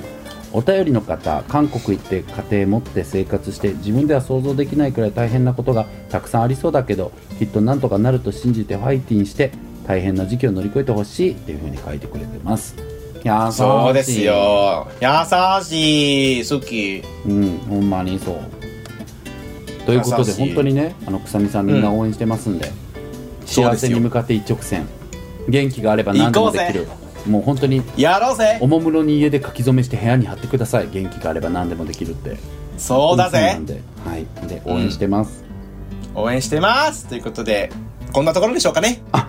Speaker 3: お便りの方韓国行って家庭持って生活して自分では想像できないくらい大変なことがたくさんありそうだけどきっとなんとかなると信じてファイティンして大変な時期を乗り越えてほしいっていうふうに書いてくれてますいやー
Speaker 2: そうですよ優しい好き
Speaker 3: うん、ほんまにそう。ということで、
Speaker 2: 優しい
Speaker 3: 本当にね、あの草見さん、みんな応援してますんで、
Speaker 2: そう
Speaker 3: 幸
Speaker 2: です
Speaker 3: せ
Speaker 2: よ
Speaker 3: に向かって一直線、元気があれば何でもできる
Speaker 2: 行、
Speaker 3: もう本当に
Speaker 2: やろうぜ
Speaker 3: おもむろに家で書き初めして部屋に貼ってください、元気があれば何でもできるって、
Speaker 2: そうだ
Speaker 3: な
Speaker 2: ぜ
Speaker 3: んで、はい、で応援してます。
Speaker 2: 応援してますということでこんなところでしょうかね
Speaker 3: あ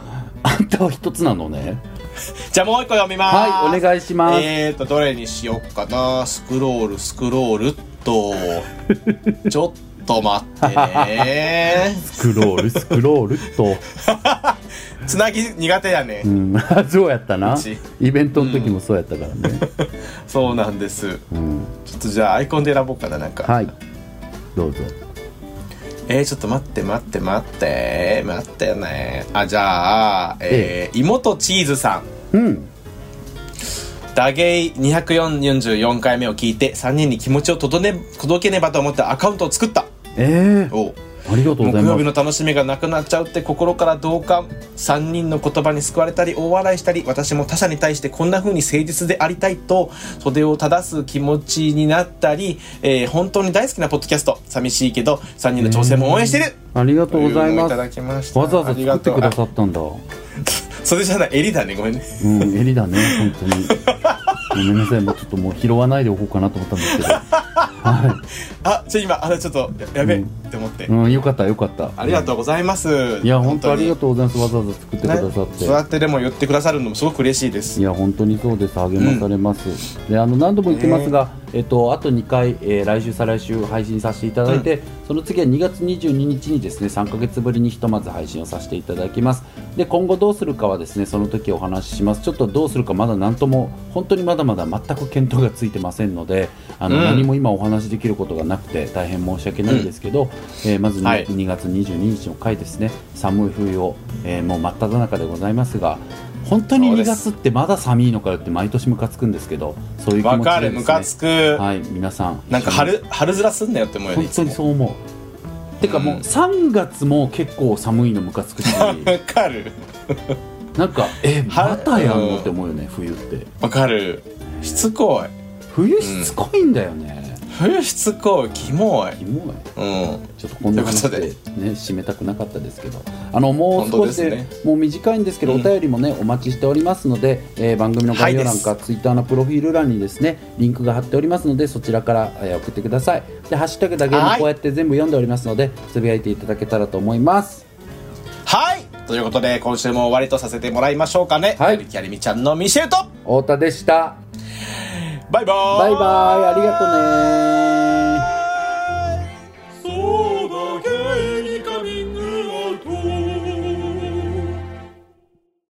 Speaker 3: んたは一つなのね。
Speaker 2: じゃあもう一個読みます
Speaker 3: はいお願いします
Speaker 2: えーとどれにしようかなスクロールスクロールっと ちょっと待ってね
Speaker 3: スクロール、スクロールっ と。
Speaker 2: つなぎ苦手やね、
Speaker 3: うん、そうやったな
Speaker 2: うち。
Speaker 3: イベントの時もそうやったからね。
Speaker 2: そうなんです
Speaker 3: うん、
Speaker 2: ちょっとじゃあアイコンで選ぼうかななんか、
Speaker 3: はい。どうぞ。
Speaker 2: えー、ちょっと待って待って待って待ってよねあじゃあ、えー妹チーズさん
Speaker 3: うん。
Speaker 2: ダゲイ244回目を聞いて3人に気持ちを届,、ね、届けねばと思ってアカウントを作った
Speaker 3: ええ
Speaker 2: おう
Speaker 3: ありがとうご
Speaker 2: 木
Speaker 3: ざい
Speaker 2: 曜
Speaker 3: ま
Speaker 2: 日
Speaker 3: す
Speaker 2: の楽しみがなくなっちゃうって心から同感3人の言葉に救われたり大笑いしたり私も他者に対してこんな風に誠実でありたいと袖を正す気持ちになったり、えー本当に大好きなポッドキャスト寂しいけど3人の挑戦も応援してる、
Speaker 3: ありがとうござい
Speaker 2: というのをい
Speaker 3: ます
Speaker 2: ただきました
Speaker 3: わざわざ作ってくだ
Speaker 2: い
Speaker 3: さったんだう
Speaker 2: それじゃない襟だねごめんね
Speaker 3: ん襟だね本当 にごめんなさいもうちょっともう拾わないでおこうかなと思ったんですけど
Speaker 2: あちょ今あのちょっとややべえって思って、
Speaker 3: うんよかったよかった
Speaker 2: ありがとうございます
Speaker 3: いや本当ありがとうございますわざわざ作ってくださっ
Speaker 2: そうや
Speaker 3: て
Speaker 2: ってでも言ってくださるのもすごく嬉しいで
Speaker 3: い
Speaker 2: す
Speaker 3: や本当にそうです励まされます、であの何度も言ってますが、えっとあと2回、えー来週再来週配信させていただいて、その次は2月22日にですね3ヶ月ぶりにひとまず配信をさせていただきますで今後どうするかはですねその時お話ししますちょっとどうするかまだ何とも本当にまだまだ全く見当がついてませんのであの、
Speaker 2: うん
Speaker 3: 何も今お話しできることがなくて大変申し訳ないんですけど、えーまずに
Speaker 2: はい
Speaker 3: 2月22日の回ですね寒い冬を、えーもう真っ只中でございますが本当に
Speaker 2: そう
Speaker 3: 2
Speaker 2: です
Speaker 3: 月ってまだ寒いのかよって毎年ムカつくんですけどそういう気
Speaker 2: わ、
Speaker 3: 持ち
Speaker 2: か
Speaker 3: で
Speaker 2: る
Speaker 3: で
Speaker 2: ム
Speaker 3: すね
Speaker 2: カつく、
Speaker 3: はい皆さん
Speaker 2: なんか春春面すんなよって思うよね
Speaker 3: 本当にそう思うてかもう3月も結構寒いのム カつくし
Speaker 2: わかる
Speaker 3: なんかえ
Speaker 2: は
Speaker 3: またやん
Speaker 2: う
Speaker 3: の
Speaker 2: ん
Speaker 3: って思うよね冬って
Speaker 2: わかるしつこい
Speaker 3: 冬しつこいんだよね、
Speaker 2: 冬しつこいキモい
Speaker 3: キモい
Speaker 2: うん
Speaker 3: ちょっとこんな話
Speaker 2: と
Speaker 3: で
Speaker 2: い
Speaker 3: ね
Speaker 2: う
Speaker 3: 締めたくなかったですけどあのもう少しで
Speaker 2: 本当です
Speaker 3: もう短いんですけど、
Speaker 2: うん
Speaker 3: お便りもねお待ちしておりますので、えー番組の概要欄か、
Speaker 2: は
Speaker 3: ツイッターのプロフィール欄にですねリンクが貼っておりますのでそちらから、えー送ってくださいで「ハッシュタグだけも
Speaker 2: はい
Speaker 3: こうやって全部読んでおりますのでつぶやいていただけたらと思います
Speaker 2: はいということで今週も終わりとさせてもらいましょうかね
Speaker 3: はい
Speaker 2: やりみちゃんのミシェルと
Speaker 3: 太田でした
Speaker 2: バイバーイ
Speaker 3: バイバイありがとうね